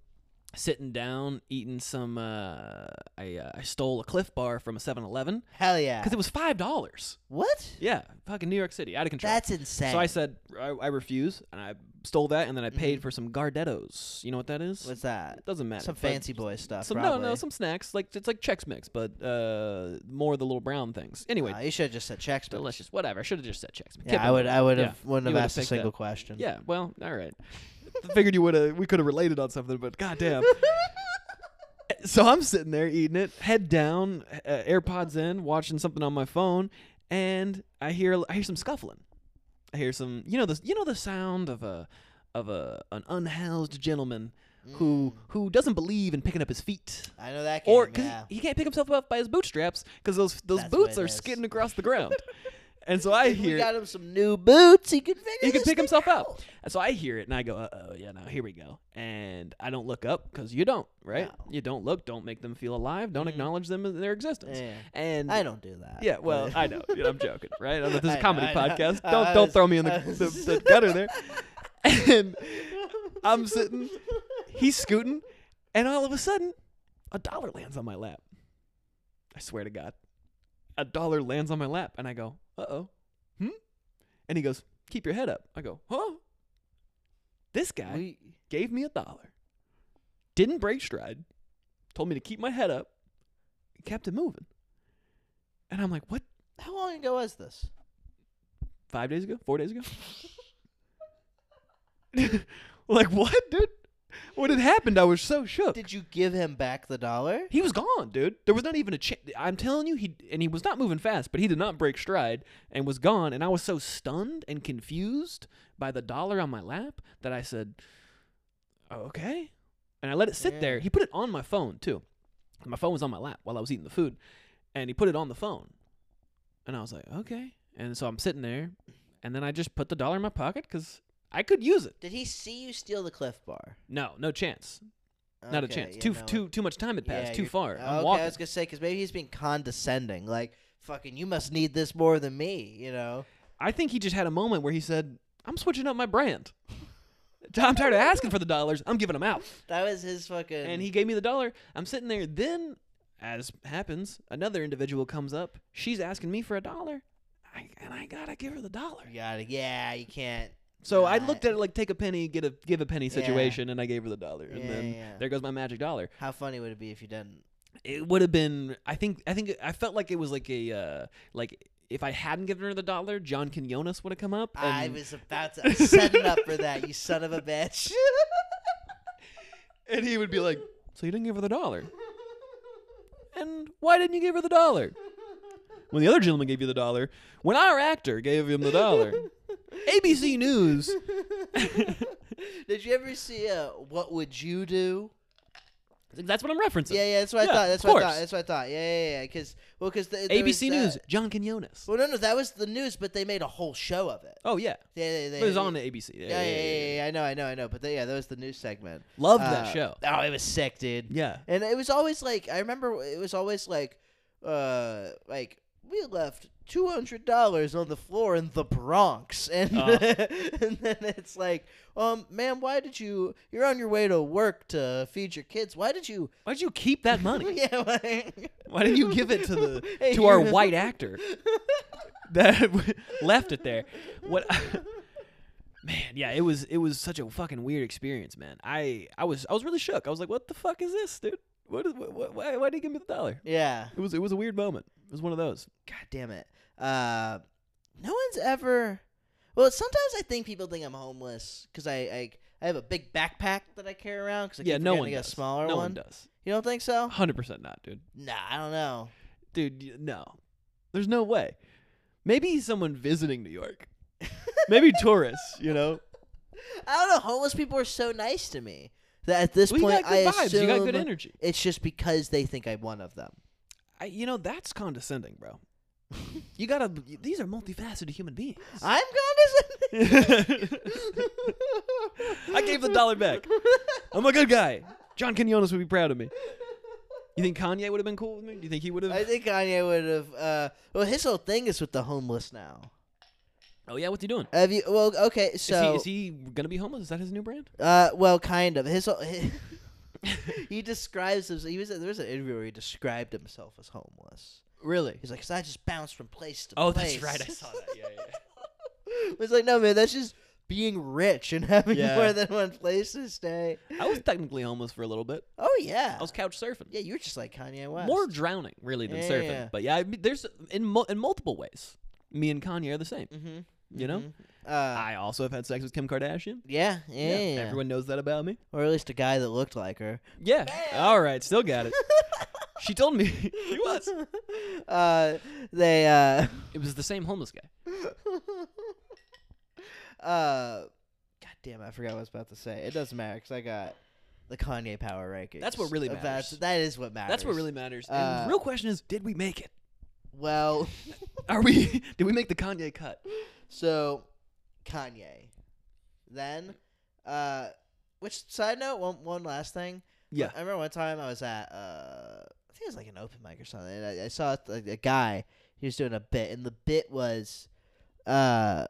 sitting down, eating some. Uh, I uh, I stole a Cliff Bar from a 7-Eleven
Hell yeah.
because it was five dollars.
What?
Yeah, fucking New York City, out of control.
That's insane.
So I said I, I refuse, and I stole that, and then
Mm-hmm.
I paid for some Gardettos. You know what that is?
What's that?
Doesn't matter.
Some
but
fancy boy stuff.
Some
probably.
no, no, some snacks. Like it's like Chex Mix, but uh, more the little brown things. Anyway,
Nah, Uh, you should have just said checks.
delicious. Whatever. I should have just said Chex Mix.
Yeah, I would. I would
Yeah.
have. Wouldn't
You
have
would've
asked a
picked
single
that.
question.
Yeah. Well, all right. Figured you would have. We could have related on something, but goddamn. so I'm sitting there eating it, head down, uh, AirPods in, watching something on my phone, and I hear I hear some scuffling. I hear some, you know the you know the sound of a of a an unhoused gentleman
Mm.
who who doesn't believe in picking up his feet.
I know that. Game,
Or because
yeah.
he, can't pick himself up by his bootstraps because those those
That's what
boots
it
are
is.
skidding across the ground, and so I
If we
hear
got him some new boots. He can figure.
he can
this
pick
thing
himself
out.
up. And so I hear it and I go, uh oh, yeah, no, here we go. And I don't look up because you don't, right?
No. Mm-hmm.
You don't look, don't make them feel alive, don't acknowledge them in their existence.
Yeah.
And
I don't do that.
yeah, well,
but-
I know. You know, I'm joking, right? I know this is
I
a
know,
comedy
I know. Uh,
podcast.
I-
Don't
I
don't
was-
throw me in
I
the, the,
was-
the gutter there. And I'm sitting, he's scooting, and all of a sudden, a dollar lands on my lap. I swear to God, a dollar lands on my lap, and I go, "Uh oh, hmm," and he goes, "Keep your head up." I go, "Huh?" This guy
We-
gave me a dollar, didn't break stride, told me to keep my head up, and kept it moving. And I'm like, what?
How long ago was this?
Five days ago? Four days ago? like, what, dude? when it happened, I was so shook.
Did you give him back the dollar?
He was gone, dude. There was not even a chance. I'm telling you, he and he was not moving fast, but he did not break stride and was gone. And I was so stunned and confused by the dollar on my lap that I said, "Oh, "Okay," and I let it sit
Yeah.
there. He put it on my phone too. My phone was on my lap while I was eating the food, and he put it on the phone, and I was like, "Okay." And so I'm sitting there, and then I just put the dollar in my pocket because I could use it.
Did he see you steal the Cliff Bar?
No, no chance. Not a
Okay,
chance.
yeah,
too
no,
too too much time had passed.
yeah,
too
you're-
far. I'm
okay,
walking.
I was gonna say because maybe he's being condescending, like fucking, you must need this more than me, you know.
I think he just had a moment where he said, "I'm switching up my brand. I'm tired of asking for the dollars. I'm giving them out."
That was his fucking.
And he gave me the dollar. I'm sitting there. Then, as happens, another individual comes up. She's asking me for a dollar, I, and I gotta give her the dollar.
you gotta, yeah, you can't.
So I
Right.
looked at it like take a penny, get a give a penny
Yeah.
situation, and I gave her the dollar.
Yeah,
and then
yeah.
there goes my magic dollar.
How funny would it be if you didn't?
It would have been. I think. I think. I felt like it was like a uh, like. If I hadn't given her the dollar, John Quinones would have come up.
I
and-
was about to I was setting up for that, you son of a bitch.
And he would be like, So you didn't give her the dollar? And why didn't you give her the dollar? When the other gentleman gave you the dollar, when our actor gave him the dollar, ABC News.
Did you ever see uh, what would you do?
That's what I'm referencing.
Yeah, yeah, that's what
Yeah,
I thought. That's
of
what I
course.
thought. That's what I thought. Yeah, yeah, yeah. Because well, because
ABC News, John Quinones.
Well, no, no, that was the news, but they made a whole show of it.
Oh, yeah.
Yeah, they, they,
It was on ABC. Yeah,
Yeah yeah yeah, yeah, yeah, I know, I know, I know. But they, yeah, that was the news segment.
Loved that show.
Oh, it was sick, dude.
Yeah.
And it was always like I remember it was always like uh like we left two hundred dollars on the floor in the Bronx and
Oh.
and then it's like, um, ma'am, why did you you're on your way to work to feed your kids. Why did you
Why'd you keep that money?
Yeah like,
Why didn't you give it to the
Hey,
to our
you-
white actor that left it there? What? Man, yeah, it was it was such a fucking weird experience, man. I I was I was really shook. I was like, what the fuck is this, dude? What is what, what, why why did he give me the dollar?
Yeah.
It was it was a weird moment. It was one of those.
God damn it. Uh, no one's ever. Well, sometimes I think people think I'm homeless because I, I I have a big backpack that I carry around because I
yeah,
keep
no
forgetting
one
to get
does.
a smaller
no
one.
one does.
You don't think so?
Hundred percent not, dude.
Nah, I don't know.
Dude, y- no. There's no way. Maybe someone visiting New York. Maybe tourists, you know.
I don't know. Homeless people are so nice to me that at this
Well, you
point
got good
I
vibes.
assume
You got good energy.
it's just because they think I'm one of them.
I, you know, that's condescending, bro. You gotta. y- These are multifaceted human beings.
I'm condescending.
I gave the dollar back. I'm a good guy. John Quinones would be proud of me. You think Kanye would have been cool with me? Do you think he would
I
have?
think Kanye would have. Uh, well, his whole thing is with the homeless now.
Oh yeah, what's he doing?
Have you? Well, okay. So
is, he, is he gonna be homeless? Is that his new brand?
Uh, well, kind of. His, he describes himself. He was there was an interview where he described himself as homeless.
Really?
He's like, "Cause I just bounce from place to
Oh,
place."
that's right. I saw that. Yeah, yeah. yeah.
It was like, no, man, that's just being rich and having
Yeah.
more than one place to stay.
I was technically homeless for a little bit.
Oh yeah.
I was couch surfing.
yeah, you were just like Kanye West.
More drowning really than
Yeah, yeah,
surfing.
yeah.
But yeah, I mean, there's in mul- in multiple ways. Me and Kanye are the same.
Mm-hmm.
You know,
Uh,
I also have had sex with Kim Kardashian.
yeah, yeah, yeah.
Everyone knows that about me.
or at least a guy that looked like her.
Yeah. All right. Still got it. she told me she was.
Uh, they uh.
It was the same homeless guy.
uh, God damn, I forgot what I was about to say. It doesn't matter because I got the Kanye power rankings.
That's what really
Uh,
matters.
That's, that is what matters.
That's what really matters.
Uh,
and the real question is, did we make it?
Well,
Are we? did we make the Kanye cut?
so Kanye. Then, uh, which side note? One one last thing.
Yeah.
I remember one time I was at uh, I think it was like an open mic or something. And I, I saw a, a guy. He was doing a bit, and the bit was, uh,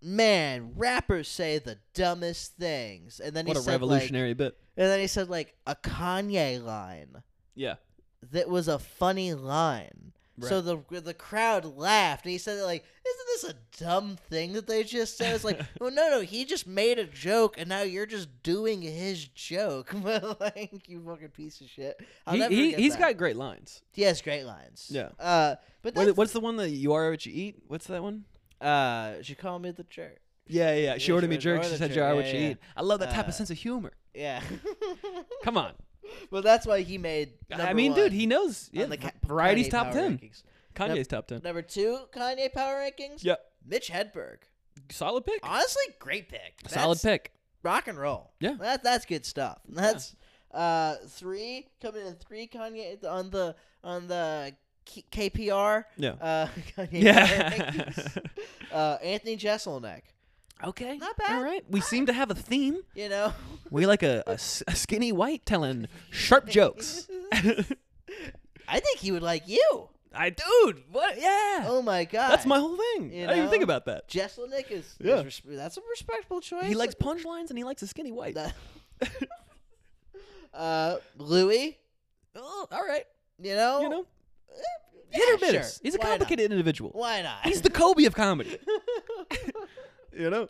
man, rappers say the dumbest things, and then
What
he
a
said, like-
revolutionary bit.
and then he said like a Kanye line
Yeah.
that was a funny line. So the the crowd laughed, and he said like, "Isn't this a dumb thing that they just said?" It's like, "Well, no, no, he just made a joke, and now you're just doing his joke." But like, you fucking piece of shit. I'll
he,
never
he,
forget
has
that.
got great lines.
he has great lines.
Yeah.
Uh, but
What-
that's,
what's the one that you are what you eat? What's that one?
uh, she called me the jerk.
Yeah, yeah.
she
She ordered me
was- ordered
jerk. She
the
said,
jerk,
"You are
yeah,
what you
yeah,
eat." I love that type
Uh,
of sense of humor.
Yeah.
Come on.
Well, that's why he made. Number
I mean,
one
dude, he knows. Yeah,
on the Ka-
variety's
Kanye
top
power
ten.
rankings.
Kanye's
Yep.
top ten.
Number two, Kanye power rankings.
Yep.
Mitch Hedberg.
Solid pick.
Honestly, great pick.
Solid
That's
pick.
Rock and roll.
Yeah.
That that's good stuff. That's uh three coming in three Kanye on the on the K- KPR.
Yeah.
Uh, Kanye power
yeah.
rankings. uh, Anthony Jeselnik.
okay.
Not bad.
All right. We seem to have a theme.
You know.
We like a, a s- a skinny white telling sharp jokes.
I think he would like you.
I dude, what? Yeah.
Oh my god.
That's my whole thing.
You
I didn't even think
know?
about that.
Jeselnik is, is
Yeah.
res- that's a respectable choice.
He likes punchlines and he likes a skinny white.
That- uh, Louis,
Oh, all right.
you know,
You know,
Eh,
hit
yeah,
or miss.
sure.
He's a
Why not?
complicated individual.
Why not?
He's the Kobe of comedy. you know.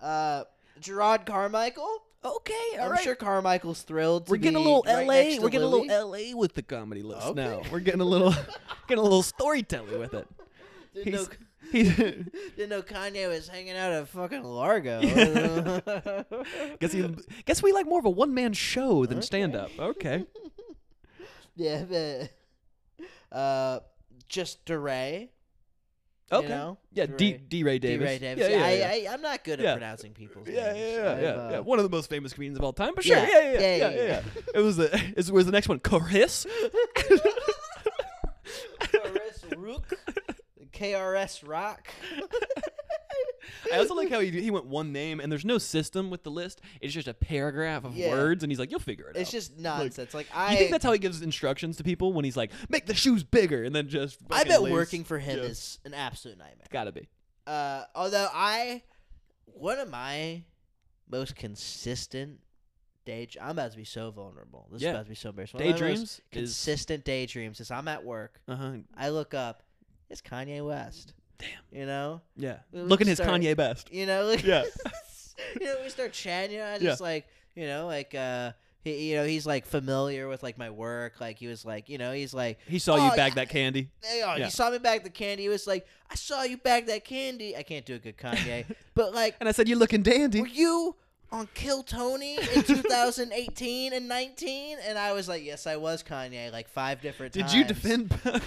uh, Gerard Carmichael.
Okay. all
I'm
right.
sure Carmichael's thrilled. To
We're getting a
be
little
right
LA.
next to
We're getting
Louis.
a little LA with the comedy list
Okay.
now. We're getting a little getting a little storytelling with it.
Didn't know,
He's,
didn't know Kanye was hanging out at fucking Largo.
Yeah. guess he guess we like more of a one man show than stand up. Okay.
yeah, but, uh, just DeRay. you
Okay.
know?
Yeah, D
DeRay.
D Ray Davis.
D-Ray Davis.
Yeah, yeah,
I,
yeah.
I, I'm not good at
Yeah.
pronouncing people's
yeah, yeah,
names.
yeah,
I've,
yeah,
uh,
yeah. One of the most famous comedians of all time, but sure,
Yeah.
yeah, yeah, yeah,
Yeah,
yeah.
yeah,
yeah,
yeah.
yeah. it was the it was the next one, Chris.
KRS Rook, KRS Rock.
I also like how he he went one name, and there's no system with the list. It's just a paragraph of
Yeah.
words, and he's like, "You'll figure it
It's
out."
just nonsense. Like, I,
you think that's how he gives instructions to people when he's like, "Make the shoes bigger," and then just
I
fucking
bet
leaves?
working for him
Yeah.
is an absolute nightmare.
gotta be.
Uh, although I, one of my most consistent day, j- I'm about to be so vulnerable. This
Yeah.
is about to be so embarrassing. One of my most
Daydreams is-
consistent daydreams is I'm at work.
Uh huh.
I look up. It's Kanye West.
Damn.
You know.
Yeah.
We
Looking his
start-
Kanye best.
You know, like,
Yeah.
you know, we start chatting. You know, I just like, you know, like, uh, he, you know, he's like familiar with like my work. Like he was like, you know, he's like,
He saw
Oh,
you bag
yeah.
that candy.
hey, oh,
Yeah.
he saw me bag the candy. He was like, I saw you bag that candy. I can't do a good Kanye, but like,
And I said, "You're looking dandy."
were you on Kill Tony in 2018 and 19? And I was like, yes, I was Kanye, like five different
Did
times.
you defend?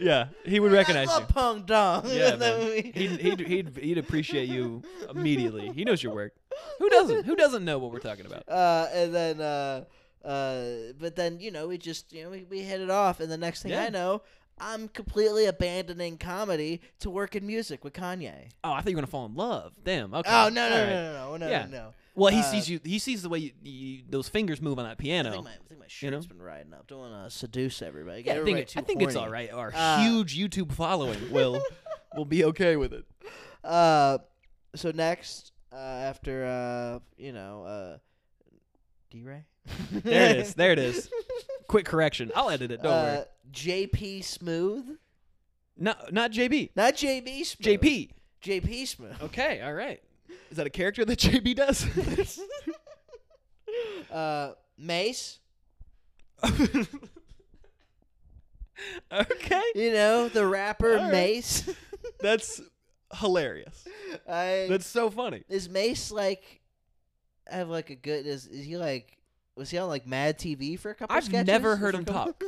yeah, he would recognize
I
you.
love Pong Dong.
Yeah,
And then
man.
we-
He'd, he'd, he'd, he'd appreciate you immediately. He knows your work. Who doesn't? Who doesn't know what we're talking about?
uh, and then uh, uh, but then you know we just you know we, we hit it off and the next thing i
Yeah.
know i'm completely abandoning comedy to work in music with kanye
Oh, I thought you were gonna fall in love. Damn. Okay.
oh no no, no
All right.
no no no no
Yeah.
no
Well, he
Uh,
sees you. He sees the way you, you, those fingers move on that
I think
piano.
my, I think my shirt's
You know?
been riding up. Don't want to seduce everybody. Get
Yeah, I
everybody
think,
too
I think it's all
horny.
right. Our
Uh,
huge YouTube following will will be okay with it.
Uh, so next, uh, after uh, you know, uh, D Ray.
There it is. There it is. Quick correction. I'll edit it. Don't
uh,
worry.
JP Smooth,
Not not JB.
not JB Smooth.
JP.
JP Smooth.
Okay. All right. Is that a character that JB does?
uh, Mace,
okay.
you know the rapper
All right.
Mace.
That's hilarious.
I,
That's so funny.
is Mace like have like a good? Is, is he like? Was he on like Mad TV for a couple?
I've
sketches?
never
Was
heard
he
him
on-
talk.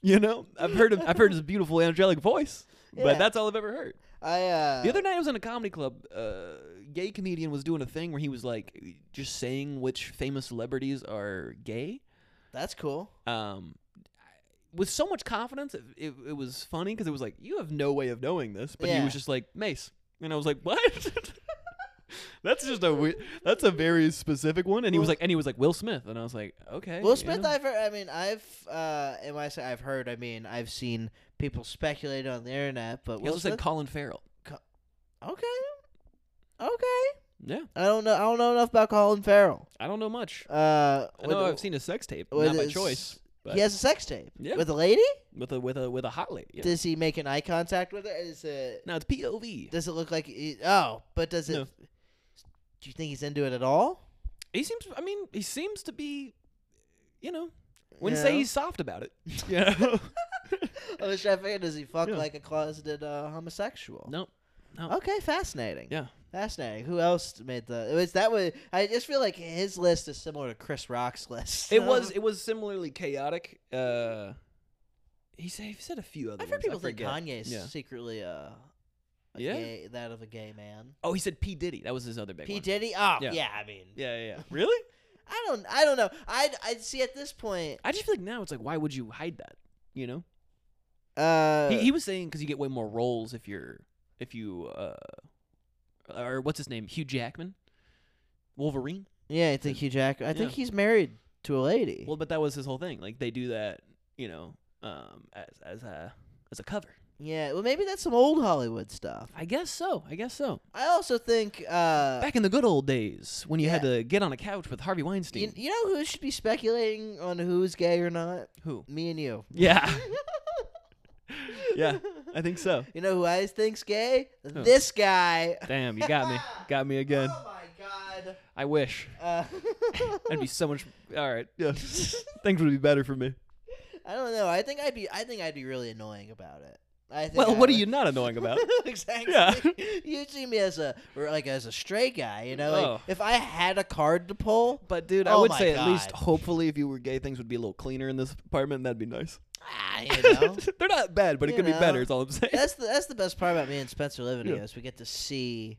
You know, I've heard him, I've heard his beautiful angelic voice,
Yeah.
but that's all I've ever heard.
I uh,
The other night I was in a comedy club. A gay comedian was doing a thing where he was like just saying which famous celebrities are gay.
that's cool.
Um, with so much confidence, it, it, it was funny because it was like you have no way of knowing this, but
Yeah.
he was just like Mace, and I was like, what? that's just a we- that's a very specific one. And he was like, and he was like Will Smith, and I was like, okay,
Will
you
Smith,
know.
I've heard, I mean, I've uh, and when I say I've heard, I mean I've seen people speculate on the internet, but
He
Will
also
Smith,
said Colin Farrell.
okay, okay.
Yeah,
I don't know. I don't know enough about Colin Farrell.
I don't know much.
Uh,
I
with-
know I've seen a sex tape,
with
not by
his-
choice, but-
He has a sex tape
Yeah.
with a lady.
with a with a with a hot lady. Yeah.
Does he make an eye contact with her? Is it?
Now it's POV.
Does it look like? He, oh, but does it?
No.
Do you think he's into it at all?
He seems. I mean, he seems to be. You know, wouldn't
No.
say he's soft about it. Yeah.
I was trying to figure. Does he fuck
Yeah.
like a closeted uh, homosexual?
no.
Okay, fascinating.
Yeah.
Fascinating. Who else made the? It was that was. I just feel like his list is similar to Chris Rock's list.
It was it was similarly chaotic. Uh, he said he said a few other.
I've heard
ones. I
people think
forget.
Kanye's
Yeah.
secretly uh, a
Yeah.
gay, that of a gay man.
Oh, he said P Diddy. That was his other big
P
one.
Diddy. Oh
Yeah.
yeah. I mean,
Yeah, yeah, yeah. Really?
I don't. I don't know. I I see at this point.
I just feel like now it's like, why would you hide that? You know,
Uh,
he, he was saying because you get way more roles if you're if you uh, or what's his name, Hugh Jackman, Wolverine.
yeah, I think Hugh Jack. I think
Yeah.
he's married to a lady.
Well, but that was his whole thing. Like they do that, you know, um, as as a as a cover.
yeah. Well, maybe that's some old Hollywood stuff.
I guess so. I guess so.
I also think. Uh,
Back in the good old days when you had
Yeah.
to get on a couch with Harvey Weinstein.
you, you know who should be speculating on who's gay or not?
Who?
Me and you.
Yeah, yeah. I think so.
You know who I think's gay? This guy.
Damn, you got me. Got me again.
Oh my god.
I wish.
Uh,
That'd be so much. All right. Yeah. Things would be better for me.
I don't know. I think I'd be. I think I'd be really annoying about it. I think
Well,
I
what are
would-
you not annoying about?
exactly.
Yeah.
You see me as a or like as a stray guy. You know, like
Oh.
if I had a card to pull,
But dude, I
Oh
would
my
say at least
God.
hopefully if you were gay, things would be a little cleaner in this apartment. That'd be nice.
ah, you know.
They're not bad, but it
You
could be
know.
better. Is all I'm saying.
That's the that's the best part about me and Spencer living
Yeah.
together is we get to see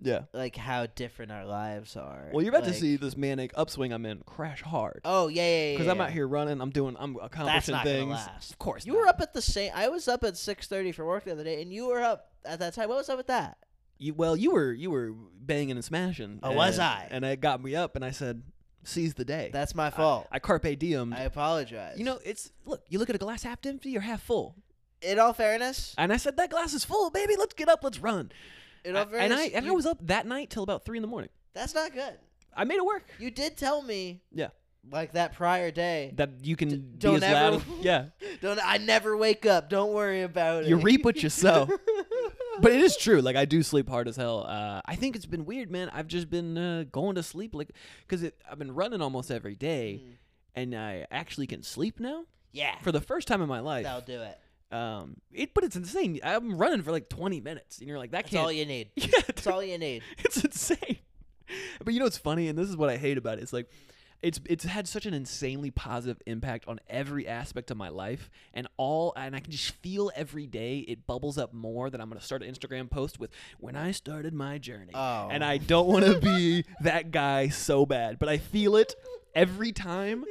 yeah.
like how different our lives are.
Well, you're about to
Like-
see this manic upswing I'm in crash hard
Oh yeah, yeah, yeah.
because I'm
yeah.
out here running. I'm doing. I'm accomplishing
not gonna
things.
last.
Of course.
You
not.
were up at the same. I was up at six thirty for work the other day, and you were up at that time. What was up with that?
You, well, you were you were banging and smashing.
Oh, was
and-
I?
And it got me up, and I said, "Seize the day."
That's my fault.
I carpe diem.
I, apologize.
You know, it's look. You look at a glass half empty or half full,
in all fairness,
and I said that glass is full, baby. Let's get up. Let's run.
in all
I- and
fairness,
I and I
you-
was up that night till about three in the morning.
that's not good.
I made it work.
You did tell me
Yeah,
like that prior day.
that you can be
don't
as loud.
ever-
as- yeah,
Don't I never wake up. Don't worry about it.
you reap what you sow. but it is true. Like I do sleep hard as hell. Uh, I think it's been weird, man. I've just been uh, going to sleep like because I've been running almost every day,
Mm.
and I actually can sleep now
yeah,
for the first time in my life.
that'll do it.
Um, it but it's insane. I'm running for like 20 minutes, and you're like that
That's
can't.
all you need.
yeah,
That's all you need.
it's insane. But you know what's funny, and this is what I hate about it. It's like it's it's had such an insanely positive impact on every aspect of my life, and all and I can just feel every day it bubbles up more that I'm gonna start an Instagram post with when I started my journey.
Oh.
And I don't want to be that guy so bad, but I feel it every time.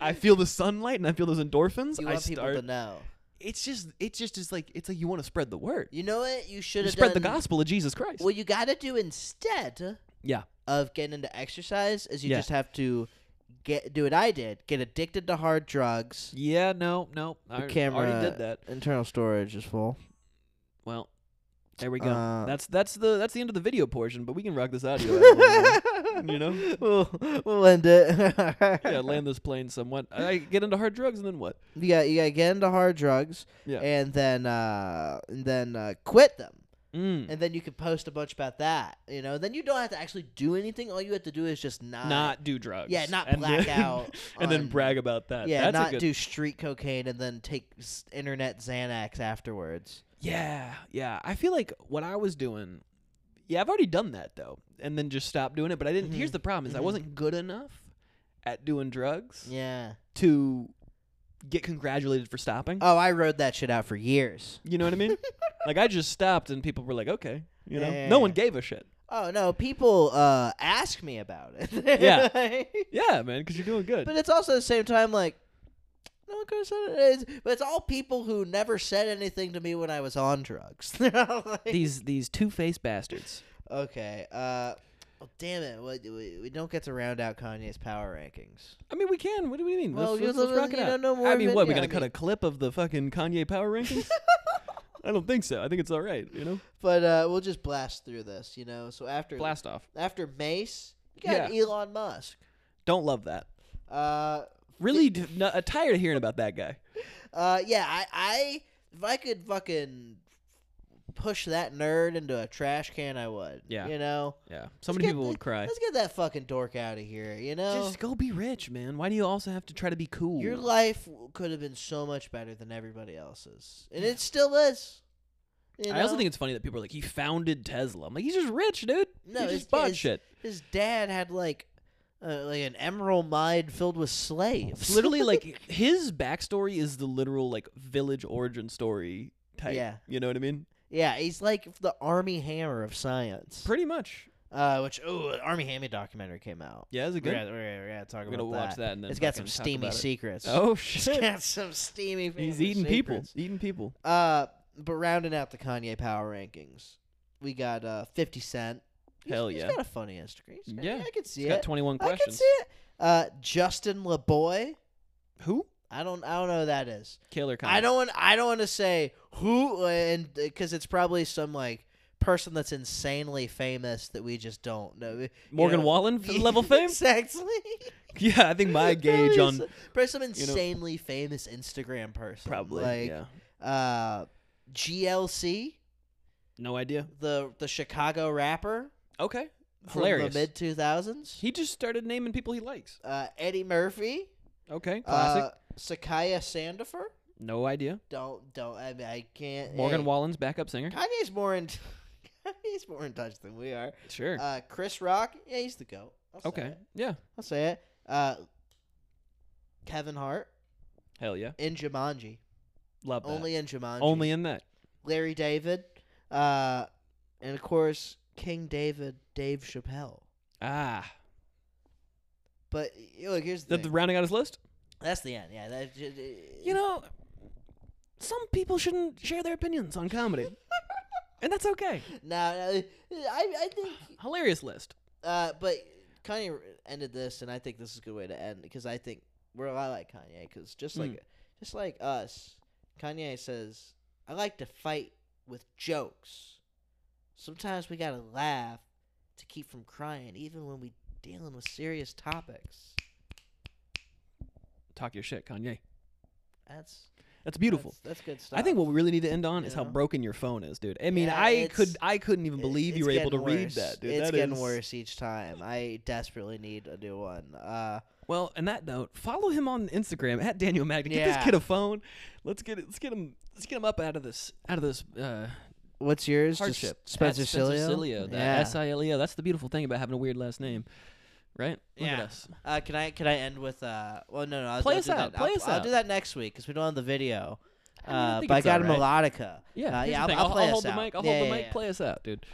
I feel the sunlight and I feel those endorphins.
You
I
want people to
start.
know.
It's just it's just is like it's like you want to spread the word.
You know what? You should
You
have
spread
done,
the gospel of Jesus Christ.
What you got to do instead
yeah.
of getting into exercise is you
Yeah.
just have to get do what I did, get addicted to hard drugs.
Yeah, no, no. I
The camera
already did that.
Internal storage is full.
Well, there we go.
Uh,
that's that's the that's the end of the video portion, but we can rock this audio. out a little more. You know?
we'll, we'll end it.
yeah, land this plane somewhat. I get into hard drugs and then what?
You got you got to get into hard drugs,
Yeah.
and then uh, and then uh, quit them,
Mm.
and then you can post a bunch about that. You know, then you don't have to actually do anything. All you have to do is just not.
Not do drugs.
Yeah, not
And then-
black out
and then
on-
brag about that.
yeah,
uh, That's a
not
good-
do street cocaine and then take s- internet Xanax afterwards.
Yeah, yeah. I feel like what I was doing. Yeah, I've already done that though, and then just stopped doing it. But I didn't.
Mhm.
Here's the problem: is I
Mhm.
wasn't good enough at doing drugs
Yeah.
to get congratulated for stopping.
Oh, I rode that shit out for years.
You know what I mean? like I just stopped and people were like, "Okay," you know.
Yeah, yeah,
no one
yeah.
gave a shit.
Oh no, people uh, ask me about it.
Yeah. Yeah, man, because you're doing good.
but it's also at the same time like no one could have said it. It's- but it's all people who never said anything to me when I was on drugs. They're all like-
these these two faced bastards.
okay. Uh, well, damn it. What, we, we don't get to round out Kanye's power rankings.
I mean, we can. What do you mean?
Well,
let's,
you-
let's, let's rock it
you
out.
don't know
I
more
mean, what? We
video,
gonna
I
cut
mean-
a clip of the fucking Kanye power rankings? I don't think so. I think it's all right. You know,
But uh, we'll just blast through this, you know. So after
blast off.
after Mace, you got Elon Musk.
Don't love that.
Uh,
Really, d- no, uh, tired of hearing about that guy.
uh, yeah. I, I if I could fucking push that nerd into a trash can, I would.
Yeah.
You know.
Yeah, so many
get
people
the-
would cry.
Let's get that fucking dork out of here. You know,
Just go be rich, man. Why do you also have to try to be cool?
your life w- could have been so much better than everybody else's, and it still is. You
I also
know?
think it's funny that people are like, he founded Tesla. I'm like, he's just rich, dude.
No,
he
his-
just bought
his-
shit.
his dad had like uh, like an emerald mine filled with slaves.
Literally, like his backstory is the literal like village origin story type.
Yeah.
you know what I mean.
yeah, he's like the army hammer of science.
Pretty much.
Uh, which oh, Army Hammer documentary came out.
Yeah, is it
We're
good?
gonna, we're gonna talk
We're gonna
about
watch that and then
it's got
fucking
some
talk
steamy
about it.
secrets.
Oh
it's
shit!
got some steamy.
he's
family
eating people.
secrets.
Eating people.
Uh, but rounding out the Kanye power rankings, we got uh 50 Cent. He's-
Hell
He's
yeah.
got a funny Instagram. He's got-
Yeah.
I can see
He's got
it.
21
I can
questions.
see it. Uh, Justin LeBoy.
Who?
I don't. I don't know who that is.
Killer Kanye.
I don't want. I don't want to say who, uh, and because it's probably some like person that's insanely famous that we just don't know. You
Morgan
know-
Wallen f- level fame?
exactly.
Yeah, I think my gauge
Probably
on
s- probably some
know-
insanely famous Instagram person.
probably.
like
yeah.
uh, GLC,
No idea.
the the Chicago rapper
Okay.
from
Hilarious.
the mid two thousands.
he just started naming people he likes.
Uh, Eddie Murphy,
Okay. Classic.
uh, Sakaya Sandifer.
no idea.
Don't don't. I, mean, I can't.
Morgan
hey.
Wallen's backup singer.
Kanye's more in Kanye's more in touch than we are.
Sure.
Uh, Chris Rock, yeah, he's the goat. I'll say
okay.
it.
Yeah.
I'll say it. Uh, Kevin Hart
Hell yeah.
in Jumanji,
Love that.
only
Only,
in Jumanji.
in that.
Larry David, uh, and of course King David, Dave Chappelle.
Ah.
But y- look, here's
Is
the,
that the
thing.
rounding out his list?
that's the end. Yeah, that, j- j-
You know, some people shouldn't share their opinions on comedy. and that's okay.
No, no, I I think,
Hilarious list.
uh, but Kanye ended this, and I think this is a good way to end because I think we're a lot like Kanye because just
Hmm.
like just like us, Kanye says, "I like to fight with jokes. Sometimes we gotta laugh to keep from crying, even when we dealing with serious topics."
Talk your shit, Kanye.
That's
That's beautiful.
That's, that's good stuff.
I think what we really need to end on is
You
how
know?
broken your phone is, dude. I mean,
Yeah,
I
it's-
could I couldn't even
It-
believe
it's
you were able to
getting
read
worse.
that, dude.
It's
That
getting
is-
worse each time. I desperately need a new one. Uh,
Well, and that note, follow him on Instagram at Daniel Magna. Get
Yeah.
this kid a phone. Let's get it. Let's get him. Let's get him up out of this out of this uh,
what's yours? Just
hardship. At
Spencer Cilio.
Cilio, that
yeah.
S I L E O. That's the beautiful thing about having a weird last name, right? Look at
Yeah.
us.
Uh, can I can I end with uh? Well, no, no. I'll,
Play
I'll
us
do
out,
That.
play
I'll,
us
I'll
out.
do that next week because we don't have the video.
I mean, I
uh,
think
but I
it's
got a
all right.
melodica.
Yeah,
uh,
here's
yeah.
the
I'll,
thing.
I'll
I'll
play
hold
us
the
out.
mic. I'll
yeah,
hold the
yeah,
mic.
yeah.
Play us out, dude.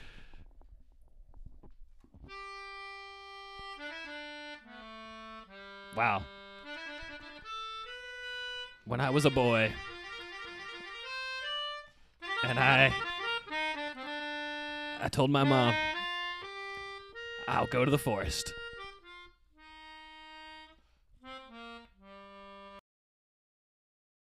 Wow. When I was a boy, and I, I told my mom, I'll go to the forest.